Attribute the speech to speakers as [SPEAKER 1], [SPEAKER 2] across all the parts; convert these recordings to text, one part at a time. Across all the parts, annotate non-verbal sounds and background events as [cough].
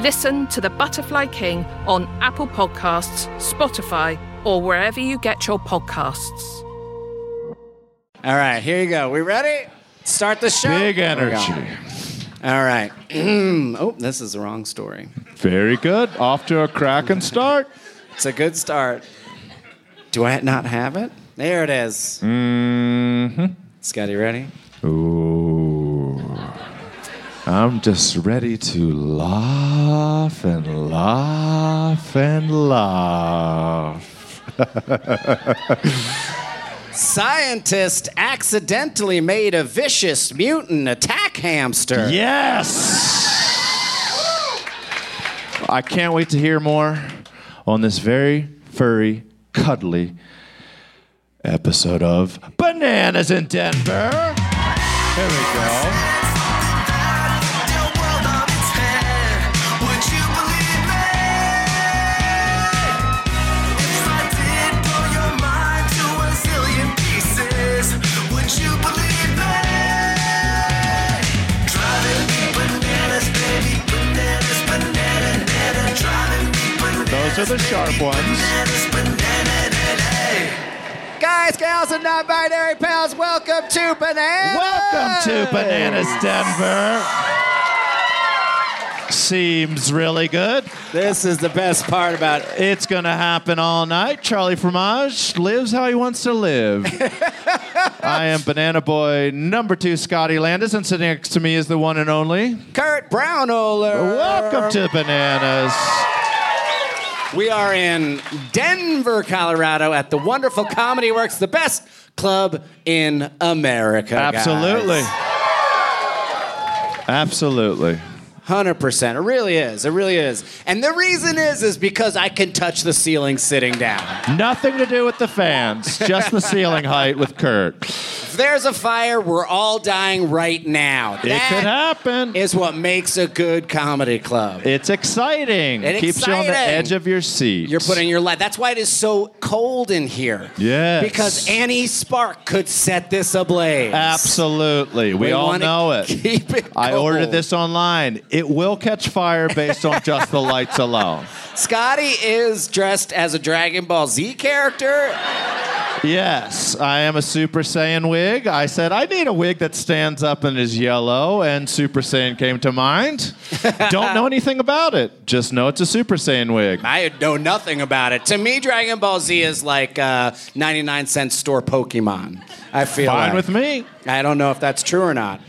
[SPEAKER 1] Listen to The Butterfly King on Apple Podcasts, Spotify, or wherever you get your podcasts.
[SPEAKER 2] All right, here you go. We ready? Start the show.
[SPEAKER 3] Big
[SPEAKER 2] Here we go.
[SPEAKER 3] energy.
[SPEAKER 2] All right. oh, this is the wrong story.
[SPEAKER 3] Very good. Off to a cracking start.
[SPEAKER 2] It's a good start. Do I not have it? There it is. Scotty, ready?
[SPEAKER 3] Mm-hmm. Ooh. I'm just ready to laugh and laugh and laugh.
[SPEAKER 2] Scientist accidentally made a vicious mutant attack hamster.
[SPEAKER 3] Yes! I can't wait to hear more on this very furry, cuddly episode of Bananas in Denver. Here we go. Those are the sharp ones.
[SPEAKER 2] Guys, gals, and non binary pals, welcome to Banana.
[SPEAKER 3] Welcome to Bananas Denver. Seems really good.
[SPEAKER 2] This is the best part about it.
[SPEAKER 3] It's going to happen all night. Charlie Fromage lives how he wants to live. I am Banana Boy number two, Scotty Landis, and sitting next to me is the one and only.
[SPEAKER 2] Kurt Brownoler.
[SPEAKER 3] Welcome to Bananas.
[SPEAKER 2] We are in Denver, Colorado at the wonderful Comedy Works, the best club in America. guys.
[SPEAKER 3] Absolutely. Absolutely.
[SPEAKER 2] 100%. It really is. It really is. And the reason is is because I can touch the ceiling sitting down.
[SPEAKER 3] Nothing to do with the fans, just the ceiling height with Kurt.
[SPEAKER 2] If there's a fire, we're all dying right now.
[SPEAKER 3] It could happen.
[SPEAKER 2] is what makes a good comedy club.
[SPEAKER 3] It's exciting.
[SPEAKER 2] It's
[SPEAKER 3] Keeps you on the
[SPEAKER 2] exciting.
[SPEAKER 3] edge of your seat.
[SPEAKER 2] You're putting your life. That's why it is so cold in here.
[SPEAKER 3] Yes.
[SPEAKER 2] Because any spark could set this ablaze.
[SPEAKER 3] Absolutely. We, all
[SPEAKER 2] wanna
[SPEAKER 3] know
[SPEAKER 2] [laughs]
[SPEAKER 3] it.
[SPEAKER 2] Keep it
[SPEAKER 3] I ordered
[SPEAKER 2] cold.
[SPEAKER 3] this online. It will catch fire based on just the lights alone.
[SPEAKER 2] Scotty is dressed as a Dragon Ball Z character.
[SPEAKER 3] Yes, I am a Super Saiyan wig. I said I need a wig that stands up and is yellow, and Super Saiyan came
[SPEAKER 2] [laughs]
[SPEAKER 3] to mind. Don't know anything about it. Just know it's a Super Saiyan wig.
[SPEAKER 2] I know nothing about it. To me, Dragon Ball Z is like uh, 99 cent store Pokemon. I feel like.
[SPEAKER 3] Fine with me.
[SPEAKER 2] I don't know if that's true or not.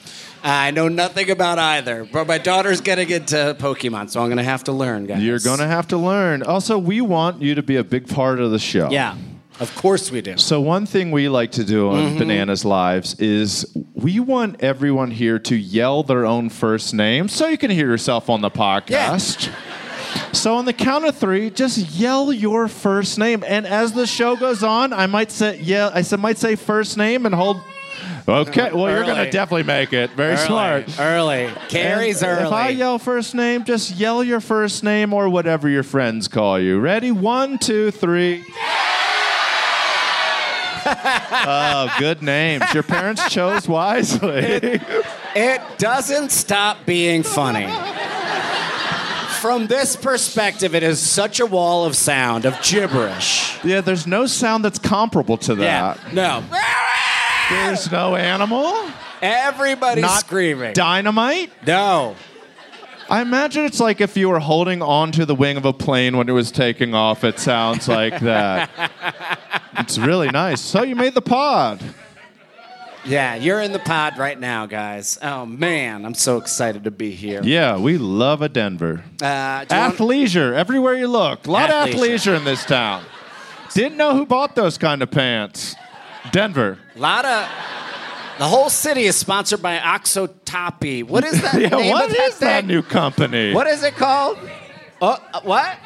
[SPEAKER 2] I know nothing about either, but my daughter's getting into Pokemon, so I'm gonna have to learn, guys.
[SPEAKER 3] You're going to have to learn. Also, we want you to be a big part of the show.
[SPEAKER 2] Yeah, of course we do.
[SPEAKER 3] So one thing we like to do on Bananas Lives is we want everyone here to yell their own first name so you can hear yourself on the podcast. So on the count of three, just yell your first name. And as the show goes on, I might say yeah, I said, might say first name and hold. Okay, well you're
[SPEAKER 2] Early.
[SPEAKER 3] gonna definitely make it. Very smart.
[SPEAKER 2] Early. Carrie's
[SPEAKER 3] And
[SPEAKER 2] early.
[SPEAKER 3] If I yell first name, just yell your first name or whatever your friends call you. Ready? One,
[SPEAKER 2] [laughs]
[SPEAKER 3] two, three. oh, good names. Your parents
[SPEAKER 2] [laughs]
[SPEAKER 3] chose wisely.
[SPEAKER 2] It doesn't stop being funny. From this perspective, it is such a wall of sound, of gibberish.
[SPEAKER 3] yeah, there's no sound that's comparable to that.
[SPEAKER 2] No.
[SPEAKER 3] There's no animal.
[SPEAKER 2] Everybody's
[SPEAKER 3] not
[SPEAKER 2] screaming.
[SPEAKER 3] Dynamite.
[SPEAKER 2] no.
[SPEAKER 3] I imagine it's like if you were holding onto the wing of a plane when it was taking off. It sounds like
[SPEAKER 2] [laughs]
[SPEAKER 3] that. it's really nice. So you made the pod.
[SPEAKER 2] Yeah, you're in the pod right now, guys. Oh, man. I'm so excited to be here.
[SPEAKER 3] Yeah, we love a Denver.
[SPEAKER 2] Uh, do you want-
[SPEAKER 3] Athleisure, everywhere you look. A lot of
[SPEAKER 2] Athleisure.
[SPEAKER 3] athleisure in this town. Didn't know who bought those kind of pants. Denver.
[SPEAKER 2] lot of. The whole city is sponsored by Oxotopi. What is that?
[SPEAKER 3] [laughs] Yeah,
[SPEAKER 2] [laughs] name
[SPEAKER 3] what
[SPEAKER 2] of that
[SPEAKER 3] is that
[SPEAKER 2] thing?
[SPEAKER 3] new company?
[SPEAKER 2] uh, What is it called? Oh, uh, what?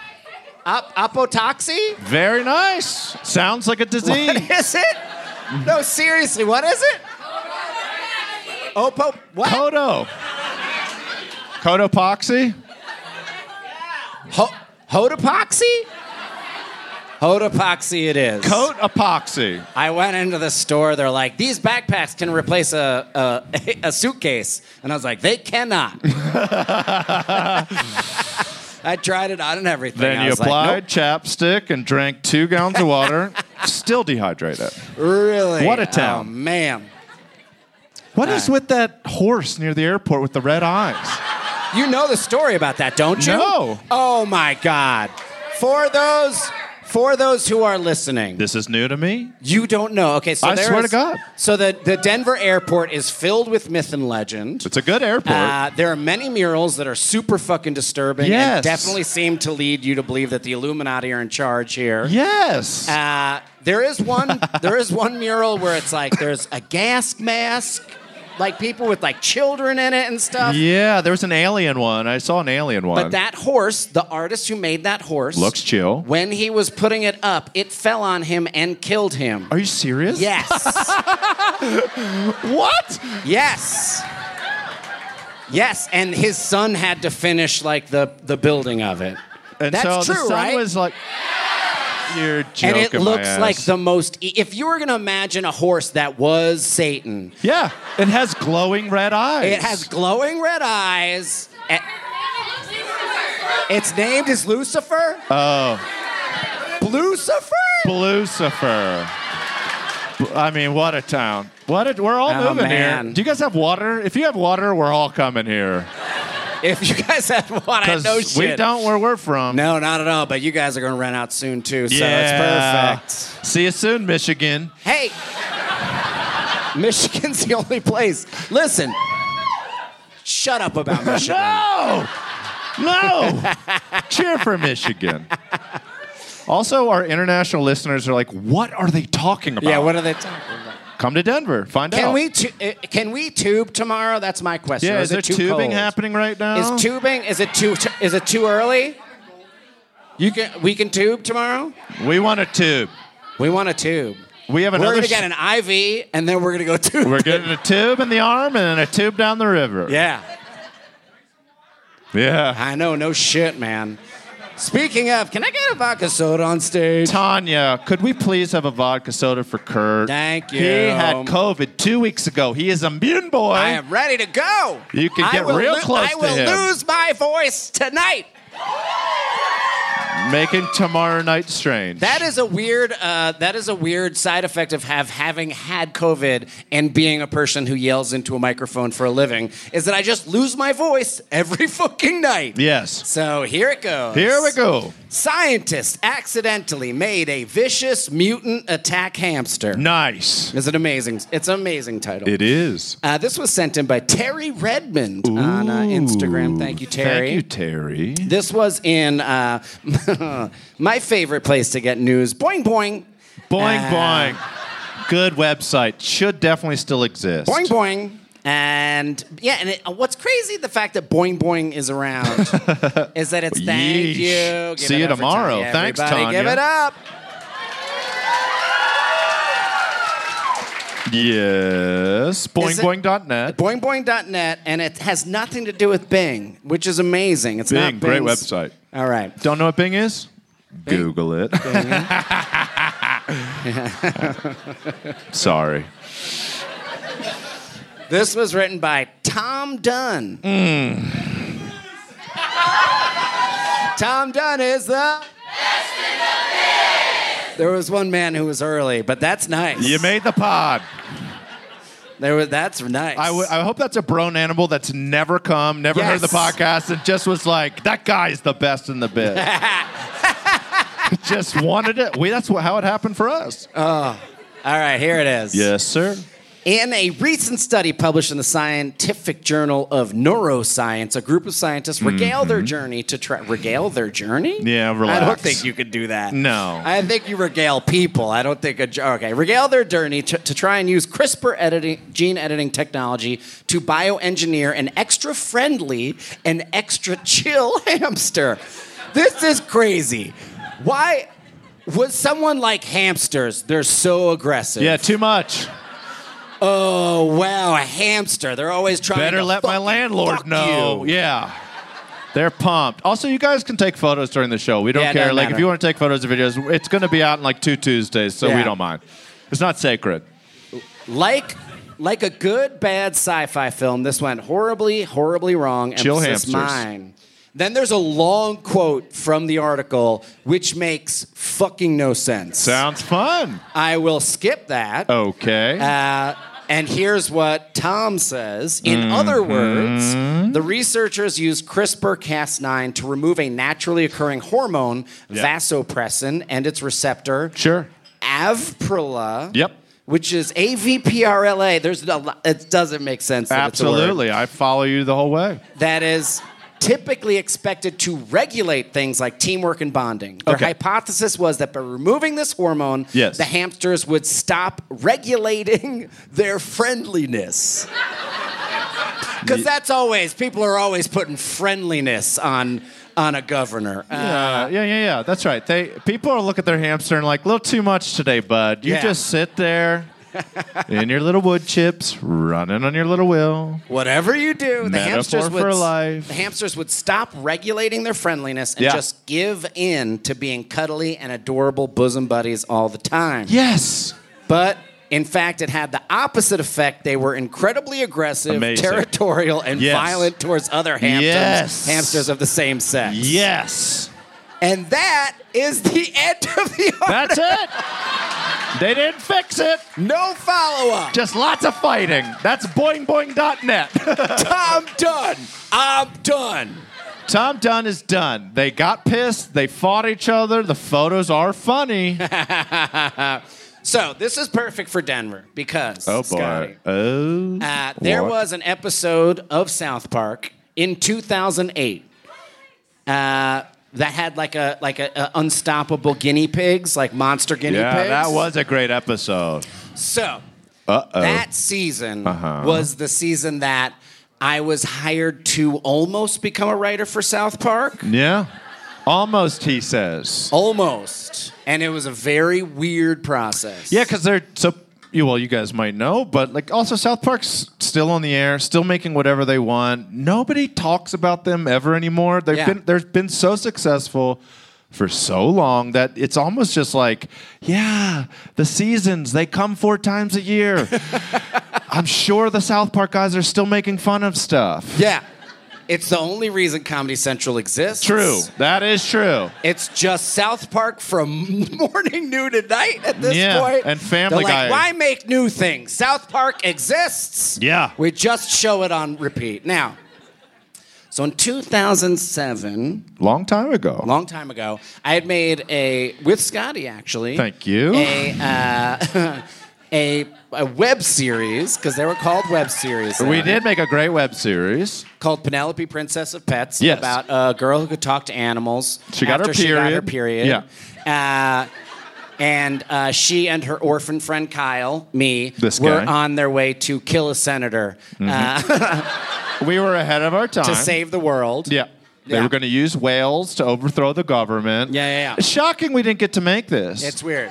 [SPEAKER 2] Ap- apotoxy?
[SPEAKER 3] Very nice. Sounds like a
[SPEAKER 2] What
[SPEAKER 3] disease.
[SPEAKER 2] is it? No, seriously, what is it? Opo. What?
[SPEAKER 3] Kodo. Kodopoxy?
[SPEAKER 2] Ho- Hodopoxy? Hodopoxy it is.
[SPEAKER 3] Coat epoxy.
[SPEAKER 2] I went into the store. They're like, these backpacks can replace a, a, a suitcase. And I was like, they
[SPEAKER 3] [laughs]
[SPEAKER 2] cannot. I tried it on and everything.
[SPEAKER 3] Then
[SPEAKER 2] I
[SPEAKER 3] you
[SPEAKER 2] was like,
[SPEAKER 3] applied chapstick and drank two gallons
[SPEAKER 2] [laughs]
[SPEAKER 3] of water. Still dehydrated.
[SPEAKER 2] "Nope, really?
[SPEAKER 3] What a
[SPEAKER 2] Oh,
[SPEAKER 3] town.
[SPEAKER 2] man.
[SPEAKER 3] What is with that horse near the airport with the red eyes?
[SPEAKER 2] You know the story about that, don't you?
[SPEAKER 3] No.
[SPEAKER 2] Oh my God. For those for those who are listening,
[SPEAKER 3] This is new to me.
[SPEAKER 2] you don't know. Okay, so
[SPEAKER 3] I
[SPEAKER 2] there
[SPEAKER 3] swear
[SPEAKER 2] is-
[SPEAKER 3] to God.
[SPEAKER 2] So the, the Denver airport is filled with myth and legend.
[SPEAKER 3] It's a good airport.
[SPEAKER 2] Uh, there are many murals that are super fucking disturbing and
[SPEAKER 3] Yes.
[SPEAKER 2] definitely seem to lead you to believe that the Illuminati are in charge here.
[SPEAKER 3] yes.
[SPEAKER 2] Uh, there is one. there is one mural where it's like there's a gas mask, like people with like children in it and stuff.
[SPEAKER 3] yeah, there was an alien one. I saw an alien one.
[SPEAKER 2] But that horse, the artist who made that horse,
[SPEAKER 3] Looks chill.
[SPEAKER 2] When he was putting it up, it fell on him and killed him.
[SPEAKER 3] Are you serious?
[SPEAKER 2] [laughs] Yes.
[SPEAKER 3] What?
[SPEAKER 2] Yes. Yes, and his son had to finish like the the building of it.
[SPEAKER 3] And
[SPEAKER 2] That's
[SPEAKER 3] so
[SPEAKER 2] true,
[SPEAKER 3] the sun
[SPEAKER 2] right?
[SPEAKER 3] was like, you're joking.
[SPEAKER 2] and it
[SPEAKER 3] my
[SPEAKER 2] looks
[SPEAKER 3] ass.
[SPEAKER 2] like the most. e- If you were gonna imagine a horse that was Satan,
[SPEAKER 3] Yeah, it has glowing red eyes.
[SPEAKER 2] it has glowing red eyes. a- It's named as Lucifer.
[SPEAKER 3] Uh,
[SPEAKER 2] Oh, Lucifer.
[SPEAKER 3] Lucifer. I mean, what a town. What a, we're all
[SPEAKER 2] Oh,
[SPEAKER 3] moving
[SPEAKER 2] man.
[SPEAKER 3] here. Do you guys have water? If you have water, we're all coming here.
[SPEAKER 2] If you guys had one, I know shit.
[SPEAKER 3] we don't where we're from.
[SPEAKER 2] No, not at all. But you guys are gonna rent out soon too, so
[SPEAKER 3] Yeah.
[SPEAKER 2] it's perfect.
[SPEAKER 3] See you soon, Michigan.
[SPEAKER 2] Hey, Michigan's the only place. Listen, shut up
[SPEAKER 3] [laughs]
[SPEAKER 2] about Michigan.
[SPEAKER 3] No! No! Cheer for Michigan. Also, our international listeners are like, what are they talking about?
[SPEAKER 2] yeah, what are they talking about?
[SPEAKER 3] Come to Denver. Find
[SPEAKER 2] Can
[SPEAKER 3] out.
[SPEAKER 2] we tu- uh, can we tube tomorrow? That's my question.
[SPEAKER 3] Yeah,
[SPEAKER 2] Or
[SPEAKER 3] is there
[SPEAKER 2] it too
[SPEAKER 3] tubing
[SPEAKER 2] cold?
[SPEAKER 3] happening right now?
[SPEAKER 2] Is tubing? Is it too? T- is it too early? You can. We can tube tomorrow.
[SPEAKER 3] we want a tube.
[SPEAKER 2] We want a tube.
[SPEAKER 3] We have
[SPEAKER 2] we're
[SPEAKER 3] another.
[SPEAKER 2] gonna
[SPEAKER 3] sh-
[SPEAKER 2] get an IV, and then we're gonna go [laughs] tube.
[SPEAKER 3] we're getting a tube in the arm and then a tube down the river.
[SPEAKER 2] yeah,
[SPEAKER 3] Yeah.
[SPEAKER 2] I know. No shit, man. Speaking of, can I get a vodka soda on stage?
[SPEAKER 3] Tanya, could we please have a vodka soda for Kurt?
[SPEAKER 2] Thank you.
[SPEAKER 3] He had COVID two weeks ago. He is immune, boy.
[SPEAKER 2] I am ready to go.
[SPEAKER 3] You can
[SPEAKER 2] I
[SPEAKER 3] get
[SPEAKER 2] will
[SPEAKER 3] real close
[SPEAKER 2] I
[SPEAKER 3] to
[SPEAKER 2] will
[SPEAKER 3] him.
[SPEAKER 2] lose my voice tonight.
[SPEAKER 3] Making tomorrow night strange.
[SPEAKER 2] That is a weird. Uh, that is a weird side effect of have having had COVID and being a person who yells into a microphone for a living is that I just lose my voice every [laughs] fucking night.
[SPEAKER 3] yes.
[SPEAKER 2] So here it goes.
[SPEAKER 3] Here we go.
[SPEAKER 2] Scientists accidentally made a vicious mutant attack hamster.
[SPEAKER 3] Nice.
[SPEAKER 2] Is it amazing? It's an amazing title.
[SPEAKER 3] It is.
[SPEAKER 2] Uh, this was sent in by Terry Redmond on uh, Instagram. Thank you, Terry.
[SPEAKER 3] Thank you, Terry.
[SPEAKER 2] This was in uh, [laughs] my favorite place to get news, Boing Boing.
[SPEAKER 3] Boing
[SPEAKER 2] Uh,
[SPEAKER 3] boing. Good website. Should definitely still exist.
[SPEAKER 2] Boing Boing. And yeah, and it, uh, what's crazy, the fact that Boing Boing is
[SPEAKER 3] [laughs]
[SPEAKER 2] around is that it's thank
[SPEAKER 3] Yeesh.
[SPEAKER 2] you.
[SPEAKER 3] See
[SPEAKER 2] it
[SPEAKER 3] you
[SPEAKER 2] up for
[SPEAKER 3] tomorrow.
[SPEAKER 2] Tanya,
[SPEAKER 3] Thanks,
[SPEAKER 2] everybody.
[SPEAKER 3] Tanya.
[SPEAKER 2] Give it up.
[SPEAKER 3] Yes.
[SPEAKER 2] Is it-
[SPEAKER 3] Boingboing.net.
[SPEAKER 2] Boingboing.net, and it has nothing to do with Bing, which is amazing. It's
[SPEAKER 3] Bing,
[SPEAKER 2] not
[SPEAKER 3] great
[SPEAKER 2] Bing's-
[SPEAKER 3] website.
[SPEAKER 2] All right.
[SPEAKER 3] Don't know what Bing is? Google it. [laughs]
[SPEAKER 2] [laughs]
[SPEAKER 3] Sorry.
[SPEAKER 2] This was written by Tom Dunn. Mm. Tom Dunn is the best in the biz. There was one man who was early, but that's nice.
[SPEAKER 3] You made the pod.
[SPEAKER 2] There was that's nice.
[SPEAKER 3] I, w- I hope that's a brone animal that's never come, never heard the
[SPEAKER 2] Yes.
[SPEAKER 3] podcast, and just was like, that guy's the best in
[SPEAKER 2] [laughs]
[SPEAKER 3] the bit. just wanted it. We, that's wh- how it happened for us.
[SPEAKER 2] All right, here it is.
[SPEAKER 3] yes, sir.
[SPEAKER 2] In a recent study published in the Scientific Journal of Neuroscience, a group of scientists regale their journey to try regale their journey.
[SPEAKER 3] Mm-hmm. Yeah,
[SPEAKER 2] I don't
[SPEAKER 3] relax.
[SPEAKER 2] think you could do that.
[SPEAKER 3] No.
[SPEAKER 2] I think you regale people. I don't think a jo- okay regale their journey to, to try and use CRISPR editing gene editing technology to bioengineer an extra [laughs] friendly and extra chill hamster. This is crazy. Why was someone like hamsters? They're so aggressive.
[SPEAKER 3] Yeah, too much.
[SPEAKER 2] Oh wow, a hamster. They're always trying.
[SPEAKER 3] Better
[SPEAKER 2] to
[SPEAKER 3] let my
[SPEAKER 2] fucking
[SPEAKER 3] landlord
[SPEAKER 2] fuck
[SPEAKER 3] know.
[SPEAKER 2] you.
[SPEAKER 3] Yeah. They're pumped. Also, you guys can take photos during the show. We don't
[SPEAKER 2] Yeah, it
[SPEAKER 3] care.
[SPEAKER 2] doesn't
[SPEAKER 3] Like, if
[SPEAKER 2] matter.
[SPEAKER 3] you want to take photos or videos, it's going to be out in like two Tuesdays, so we
[SPEAKER 2] Yeah.
[SPEAKER 3] don't mind. It's not sacred.
[SPEAKER 2] Like, like a good bad sci-fi film, this went horribly, horribly wrong.
[SPEAKER 3] Chill
[SPEAKER 2] Emphasis
[SPEAKER 3] hamsters.
[SPEAKER 2] mine. Then there's a long quote from the article, which makes fucking no sense.
[SPEAKER 3] Sounds fun.
[SPEAKER 2] I will skip that.
[SPEAKER 3] Oh. Okay.
[SPEAKER 2] Uh, and here's what Tom says. In other
[SPEAKER 3] Mm-hmm.
[SPEAKER 2] words, the researchers used CRISPR Cas9 to remove a naturally occurring hormone, vasopressin, and its receptor,
[SPEAKER 3] sure.
[SPEAKER 2] avprila.
[SPEAKER 3] Yep.
[SPEAKER 2] Which is AVPRLA. There's a lot, it doesn't make sense. that it's a word.
[SPEAKER 3] Absolutely. I follow you the whole way.
[SPEAKER 2] That is typically expected to regulate things like teamwork and bonding. Their
[SPEAKER 3] Okay.
[SPEAKER 2] hypothesis was that by removing this hormone,
[SPEAKER 3] Yes.
[SPEAKER 2] the hamsters would stop regulating [laughs] their
[SPEAKER 3] [laughs]
[SPEAKER 2] friendliness. Because that's always people are always putting friendliness on on a governor. Uh,
[SPEAKER 3] Uh, yeah, yeah, yeah. That's right. They people are look at their hamster and like, little too much today, bud. You
[SPEAKER 2] Yeah.
[SPEAKER 3] just
[SPEAKER 2] [laughs]
[SPEAKER 3] sit there in your little wood chips, running on your little wheel.
[SPEAKER 2] Whatever you do, the
[SPEAKER 3] Metaphor
[SPEAKER 2] hamsters would
[SPEAKER 3] for life.
[SPEAKER 2] the hamsters would stop regulating their friendliness and
[SPEAKER 3] Yeah.
[SPEAKER 2] just give in to being cuddly and adorable bosom buddies all the time.
[SPEAKER 3] Yes.
[SPEAKER 2] But in fact, it had the opposite effect. They were incredibly aggressive,
[SPEAKER 3] Amazing.
[SPEAKER 2] territorial, and
[SPEAKER 3] Yes.
[SPEAKER 2] violent towards other hamsters,
[SPEAKER 3] Yes.
[SPEAKER 2] hamsters of the same sex.
[SPEAKER 3] Yes.
[SPEAKER 2] And that is the [laughs] end of the article.
[SPEAKER 3] That's it. They didn't fix it.
[SPEAKER 2] No follow up.
[SPEAKER 3] [laughs] Just lots of fighting. That's boingboing.net.
[SPEAKER 2] I'm done. I'm done.
[SPEAKER 3] [laughs] Tom Dunn is done. They got pissed. They fought each other. The photos are funny.
[SPEAKER 2] So this is perfect for Denver because Scotty,
[SPEAKER 3] Oh.
[SPEAKER 2] Uh, there
[SPEAKER 3] What?
[SPEAKER 2] was an episode of South Park in 2008 uh, that had like a like a, a unstoppable guinea pigs, like monster guinea
[SPEAKER 3] Yeah,
[SPEAKER 2] pigs.
[SPEAKER 3] that was a great episode.
[SPEAKER 2] so.
[SPEAKER 3] Uh-oh. Uh-huh.
[SPEAKER 2] That season was the season that I was hired to almost become a writer for South Park.
[SPEAKER 3] Yeah. Almost, he says.
[SPEAKER 2] Almost, and it was a very weird process.
[SPEAKER 3] Yeah, because they're so. You, well, you guys might know, but like also South Park's still on the air, still making whatever they want. Nobody talks about them ever anymore. They've
[SPEAKER 2] Yeah.
[SPEAKER 3] been they've been so successful for so long that it's almost just like, yeah, the seasons they come four times a year. I'm sure the South Park guys are still making fun of stuff.
[SPEAKER 2] yeah, it's the only reason Comedy Central exists.
[SPEAKER 3] True, that is true.
[SPEAKER 2] It's just South Park from [laughs] morning, noon, to night at this
[SPEAKER 3] Yeah,
[SPEAKER 2] point.
[SPEAKER 3] and Family
[SPEAKER 2] They're like,
[SPEAKER 3] Guy.
[SPEAKER 2] Why make new things? South Park exists.
[SPEAKER 3] Yeah.
[SPEAKER 2] We just show it on repeat. Now, so in 2007,
[SPEAKER 3] Long time ago.
[SPEAKER 2] long time ago, I had made a, with Scotty actually.
[SPEAKER 3] Thank you.
[SPEAKER 2] A, uh, [laughs] a, a web series, because they were called web series.
[SPEAKER 3] we
[SPEAKER 2] then
[SPEAKER 3] did make a great web series.
[SPEAKER 2] called Penelope, Princess of Pets,
[SPEAKER 3] Yes.
[SPEAKER 2] about a girl who could talk to animals.
[SPEAKER 3] She got her
[SPEAKER 2] after She got her
[SPEAKER 3] period.
[SPEAKER 2] period. Uh, and uh, she and her orphan friend Kyle, me,
[SPEAKER 3] This
[SPEAKER 2] were
[SPEAKER 3] guy. Mm-hmm.
[SPEAKER 2] on their way to kill a senator uh,
[SPEAKER 3] We were ahead of our time.
[SPEAKER 2] to save the world.
[SPEAKER 3] Yeah. They
[SPEAKER 2] Yeah.
[SPEAKER 3] were going to use whales to overthrow the government.
[SPEAKER 2] Yeah, yeah, yeah.
[SPEAKER 3] It's shocking we didn't get to make this.
[SPEAKER 2] It's weird.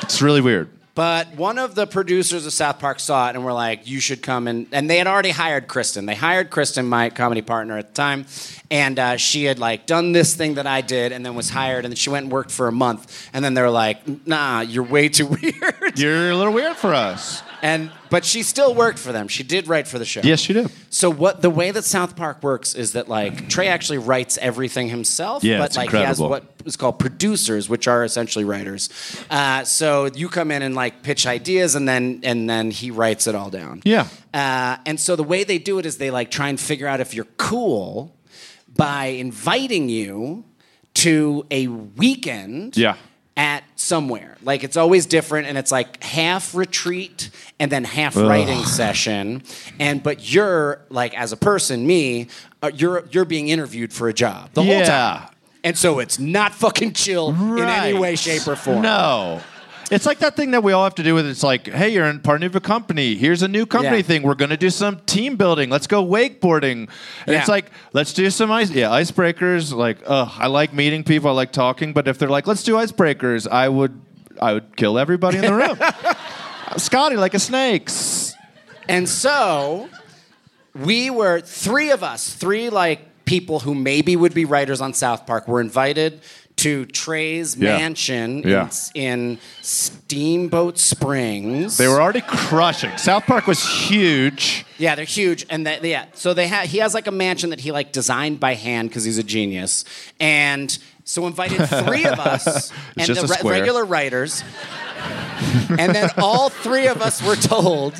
[SPEAKER 3] It's really weird.
[SPEAKER 2] But one of the producers of South Park saw it and were like, "You should come and." And they had already hired Kristen. They hired Kristen, my comedy partner at the time, and uh, she had like done this thing that I did, and then was hired, and she went and worked for a month, and then they were like, "Nah, you're way too [laughs] weird."
[SPEAKER 3] You're a little weird for us.
[SPEAKER 2] And but she still worked for them. She did write for the show.
[SPEAKER 3] Yes, you do.
[SPEAKER 2] So what the way that South Park works is that like Trey actually writes everything himself,
[SPEAKER 3] Yeah,
[SPEAKER 2] but
[SPEAKER 3] it's
[SPEAKER 2] like he
[SPEAKER 3] incredible.
[SPEAKER 2] has what is called producers, which are essentially writers. Uh, so you come in and like pitch ideas, and then and then he writes it all down.
[SPEAKER 3] Yeah.
[SPEAKER 2] Uh, and so the way they do it is they like try and figure out if you're cool by inviting you to a weekend
[SPEAKER 3] Yeah.
[SPEAKER 2] at somewhere. Like it's always different and it's like half retreat and then half writing session. And but you're like as a person, me, uh, you're you're being interviewed for a job the whole
[SPEAKER 3] Yeah.
[SPEAKER 2] time. And so it's not fucking chill in any
[SPEAKER 3] Right.
[SPEAKER 2] way shape or form.
[SPEAKER 3] No. It's like that thing that we all have to do with it's like, hey, you're in part of a company. Here's a new company
[SPEAKER 2] Yeah.
[SPEAKER 3] thing. We're gonna do some team building. Let's go wakeboarding. And it's
[SPEAKER 2] Yeah.
[SPEAKER 3] like, let's do some ice yeah, icebreakers. Like, ugh, I like meeting people, I like talking, but if they're like, let's do icebreakers, I would I would kill everybody in the
[SPEAKER 2] [laughs]
[SPEAKER 3] room. Scotty like a snake. S-
[SPEAKER 2] And so we were three of us, three like people who maybe would be writers on South Park, were invited to Trey's
[SPEAKER 3] Yeah.
[SPEAKER 2] mansion
[SPEAKER 3] Yeah.
[SPEAKER 2] in, in Steamboat Springs.
[SPEAKER 3] They were already crushing. South Park was huge.
[SPEAKER 2] Yeah, they're huge, and that yeah. So they ha- he has like a mansion that he like designed by hand because he's a genius, and so invited three of
[SPEAKER 3] [laughs]
[SPEAKER 2] us and
[SPEAKER 3] just
[SPEAKER 2] the
[SPEAKER 3] a square.
[SPEAKER 2] regular writers, and then all three of us were told.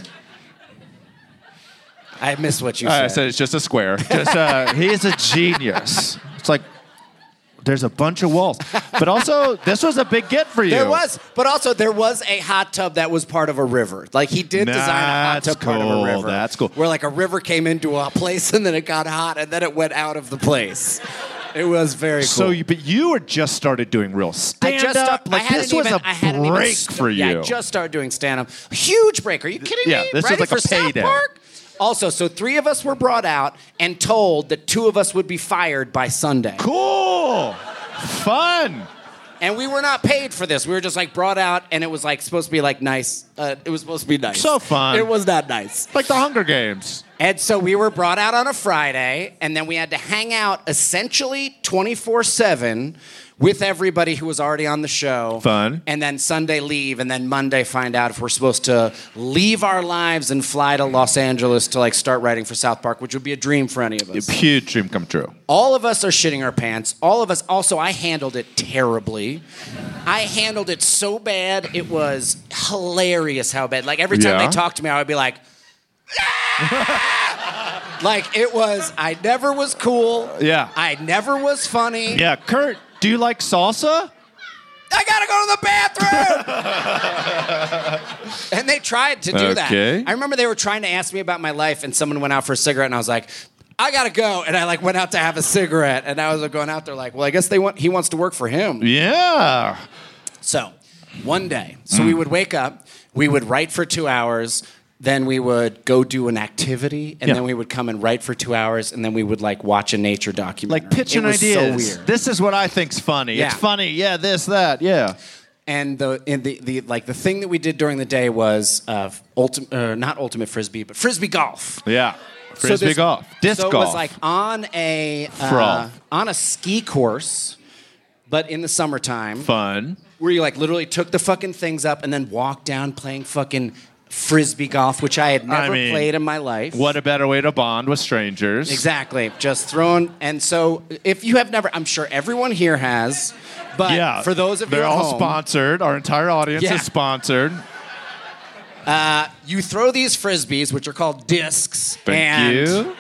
[SPEAKER 2] I missed what you said.
[SPEAKER 3] I said it's just a square. [laughs] Just, uh, he is a genius. It's like there's a bunch of walls, but also this was a big get for you.
[SPEAKER 2] there was, but also there was a hot tub that was part of a river. Like he did design a hot
[SPEAKER 3] That's
[SPEAKER 2] tub part of
[SPEAKER 3] cool,
[SPEAKER 2] a river.
[SPEAKER 3] that's cool.
[SPEAKER 2] Where like a river came into a place and then it got hot and then it went out of the place. It was very
[SPEAKER 3] So,
[SPEAKER 2] cool.
[SPEAKER 3] you, but you were just started doing real stand
[SPEAKER 2] I just
[SPEAKER 3] up.
[SPEAKER 2] start-
[SPEAKER 3] like
[SPEAKER 2] I hadn't
[SPEAKER 3] this was
[SPEAKER 2] even- I
[SPEAKER 3] a
[SPEAKER 2] hadn't even
[SPEAKER 3] break
[SPEAKER 2] st-
[SPEAKER 3] for you.
[SPEAKER 2] Yeah, I just started doing stand up. Huge break. Are you kidding
[SPEAKER 3] Yeah,
[SPEAKER 2] me?
[SPEAKER 3] this is
[SPEAKER 2] Writing
[SPEAKER 3] like a
[SPEAKER 2] for South
[SPEAKER 3] payday.
[SPEAKER 2] Park? Also, so three of us were brought out and told that two of us would be fired by Sunday.
[SPEAKER 3] cool, fun.
[SPEAKER 2] And we were not paid for this. We were just like brought out and it was like supposed to be like nice. Uh, it was supposed to be nice.
[SPEAKER 3] So fun.
[SPEAKER 2] It was not nice.
[SPEAKER 3] Like the Hunger Games.
[SPEAKER 2] And so we were brought out on a Friday, and then we had to hang out essentially 24 7 with everybody who was already on the show.
[SPEAKER 3] Fun.
[SPEAKER 2] And then Sunday leave, and then Monday find out if we're supposed to leave our lives and fly to Los Angeles to like start writing for South Park, which would be a dream for any of us.
[SPEAKER 3] Huge dream come true.
[SPEAKER 2] All of us are shitting our pants. All of us. Also, I handled it terribly. I handled it so bad. It was hilarious how bad. Like every time
[SPEAKER 3] Yeah.
[SPEAKER 2] they talked to me, I would be like, "Ah!" like it was. I never was cool.
[SPEAKER 3] Yeah.
[SPEAKER 2] I never was funny.
[SPEAKER 3] Yeah, Kurt, do you like salsa?
[SPEAKER 2] I gotta go to the bathroom.
[SPEAKER 3] [laughs]
[SPEAKER 2] and they tried to do
[SPEAKER 3] Okay.
[SPEAKER 2] that. I remember they were trying to ask me about my life, and someone went out for a cigarette, and I was like, I gotta go. And I like went out to have a cigarette, and I was going out there like, well, I guess they want he wants to work for him.
[SPEAKER 3] Yeah.
[SPEAKER 2] So, one day, so
[SPEAKER 3] Hmm.
[SPEAKER 2] we would wake up, we would write for two hours. Then we would go do an activity, and
[SPEAKER 3] Yeah.
[SPEAKER 2] then we would come and write for two hours, and then we would like watch a nature documentary.
[SPEAKER 3] Like pitching
[SPEAKER 2] it was
[SPEAKER 3] ideas.
[SPEAKER 2] So weird.
[SPEAKER 3] This is what I think's funny.
[SPEAKER 2] Yeah.
[SPEAKER 3] It's funny. Yeah, this, that. Yeah.
[SPEAKER 2] And the and the, the like the thing that we did during the day was uh, ultimate uh, not ultimate frisbee but frisbee golf.
[SPEAKER 3] Yeah.
[SPEAKER 2] So
[SPEAKER 3] Frisbee
[SPEAKER 2] this-
[SPEAKER 3] golf. Disc
[SPEAKER 2] so
[SPEAKER 3] golf.
[SPEAKER 2] it was like on a uh,
[SPEAKER 3] Frog.
[SPEAKER 2] on a ski course, but in the summertime,
[SPEAKER 3] fun.
[SPEAKER 2] where you like literally took the fucking things up and then walked down playing fucking frisbee golf, which I had never
[SPEAKER 3] mean,
[SPEAKER 2] played in my life.
[SPEAKER 3] What a better way to bond with strangers.
[SPEAKER 2] Exactly. Just throwing. And so, if you have never, I'm sure everyone here has, but
[SPEAKER 3] Yeah.
[SPEAKER 2] for those of
[SPEAKER 3] They're
[SPEAKER 2] you at
[SPEAKER 3] all
[SPEAKER 2] home,
[SPEAKER 3] sponsored. Our entire audience
[SPEAKER 2] Yeah.
[SPEAKER 3] is sponsored.
[SPEAKER 2] you throw these frisbees, which are called discs.
[SPEAKER 3] Thank
[SPEAKER 2] and,
[SPEAKER 3] you.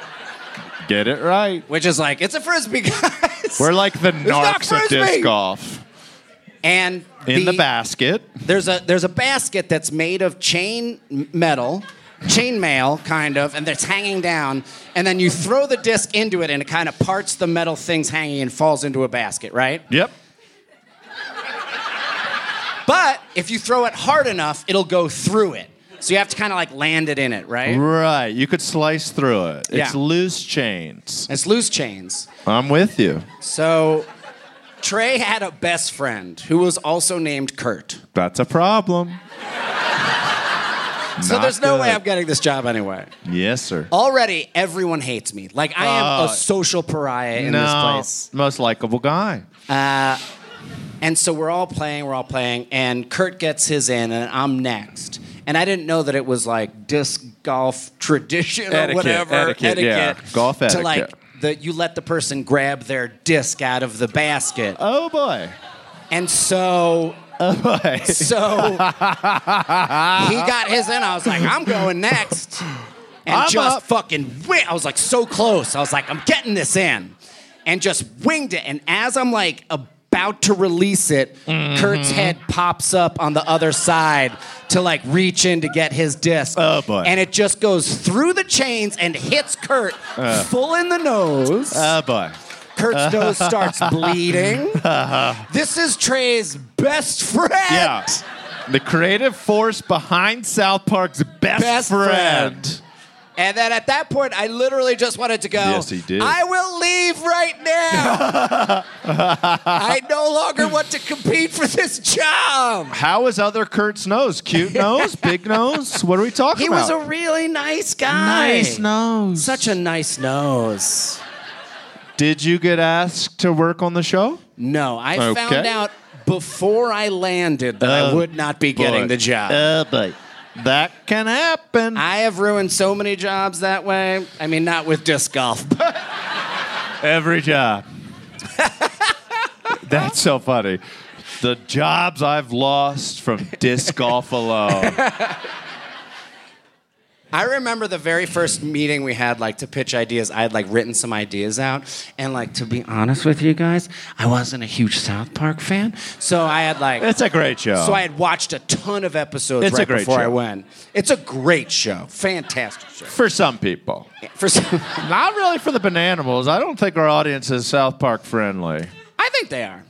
[SPEAKER 3] Get it right.
[SPEAKER 2] Which is like, it's a frisbee, [laughs] guys.
[SPEAKER 3] We're like the
[SPEAKER 2] not
[SPEAKER 3] narcs of
[SPEAKER 2] Frisbee.
[SPEAKER 3] disc golf.
[SPEAKER 2] and
[SPEAKER 3] In the, basket.
[SPEAKER 2] There's a there's a basket that's made of chain m- metal, chain mail kind of, and that's hanging down. And then you throw the disc into it, and it kind of parts the metal things hanging and falls into a basket, right?
[SPEAKER 3] Yep.
[SPEAKER 2] But if you throw it hard enough, it'll go through it. So you have to kind of like land it in it, right?
[SPEAKER 3] Right. You could slice through it. It's
[SPEAKER 2] Yeah.
[SPEAKER 3] loose chains.
[SPEAKER 2] It's loose chains.
[SPEAKER 3] I'm with you.
[SPEAKER 2] So Trey had a best friend who was also named Kurt.
[SPEAKER 3] That's a problem.
[SPEAKER 2] So
[SPEAKER 3] Not
[SPEAKER 2] there's no way
[SPEAKER 3] good.
[SPEAKER 2] I'm getting this job anyway.
[SPEAKER 3] Yes, sir.
[SPEAKER 2] Already, everyone hates me. Like I am
[SPEAKER 3] Oh.
[SPEAKER 2] a social pariah in this
[SPEAKER 3] no,
[SPEAKER 2] place.
[SPEAKER 3] most likable guy.
[SPEAKER 2] And so we're all playing, we're all playing, and Kurt gets his in, and I'm next. And I didn't know that it was like disc golf tradition
[SPEAKER 3] Etiquette,
[SPEAKER 2] or whatever
[SPEAKER 3] etiquette, yeah. Golf
[SPEAKER 2] to
[SPEAKER 3] etiquette.
[SPEAKER 2] like that you let the person grab their disc out of the basket.
[SPEAKER 3] Oh boy.
[SPEAKER 2] And
[SPEAKER 3] [laughs]
[SPEAKER 2] so
[SPEAKER 3] Oh boy.
[SPEAKER 2] so he got his in. I was like, I'm going next. And
[SPEAKER 3] I'm
[SPEAKER 2] just
[SPEAKER 3] up.
[SPEAKER 2] fucking whi- I was like so close. I was like, I'm getting this in. And just winged it. And as I'm like about to release it,
[SPEAKER 3] Mm-hmm.
[SPEAKER 2] Kurt's head pops up on the other side to like reach in to get his disc.
[SPEAKER 3] Oh, boy.
[SPEAKER 2] And it just goes through the chains and hits Kurt
[SPEAKER 3] Uh.
[SPEAKER 2] full in the nose.
[SPEAKER 3] Oh boy. [laughs]
[SPEAKER 2] Kurt's nose starts bleeding. this is Trey's best friend.
[SPEAKER 3] Uh-huh. Yeah. The creative force behind South Park's best,
[SPEAKER 2] Best friend.
[SPEAKER 3] friend.
[SPEAKER 2] And then at that point, I literally just wanted to go.
[SPEAKER 3] Yes, he did.
[SPEAKER 2] I will leave right now.
[SPEAKER 3] [laughs]
[SPEAKER 2] I no longer want to compete for this job.
[SPEAKER 3] How is other Kurt's
[SPEAKER 2] [laughs]
[SPEAKER 3] nose? Cute nose? Big nose? What are we talking
[SPEAKER 2] He was
[SPEAKER 3] about?
[SPEAKER 2] a really nice guy.
[SPEAKER 3] nice nose.
[SPEAKER 2] Such a nice nose.
[SPEAKER 3] Did you get asked to work on the show?
[SPEAKER 2] No, I
[SPEAKER 3] Okay.
[SPEAKER 2] found out before I landed that I
[SPEAKER 3] Oh,
[SPEAKER 2] would not be getting
[SPEAKER 3] Boy.
[SPEAKER 2] the job.
[SPEAKER 3] Uh, but that can happen.
[SPEAKER 2] I have ruined so many jobs that way. I mean, not with disc golf. but-
[SPEAKER 3] Every
[SPEAKER 2] [laughs]
[SPEAKER 3] job. That's so funny. The jobs I've lost from disc golf alone.
[SPEAKER 2] [laughs] I remember the very first meeting we had, like to pitch ideas. I had like written some ideas out, and like to be honest with you guys, I wasn't a huge South Park fan, so I had like.
[SPEAKER 3] It's a great show.
[SPEAKER 2] so I had watched a ton of episodes
[SPEAKER 3] It's a
[SPEAKER 2] right
[SPEAKER 3] great
[SPEAKER 2] before I
[SPEAKER 3] show.
[SPEAKER 2] went. It's a great show, fantastic show.
[SPEAKER 3] for some people.
[SPEAKER 2] For some,
[SPEAKER 3] Not really for the Bananimals. I don't think our audience is South Park friendly.
[SPEAKER 2] [laughs] I think they are.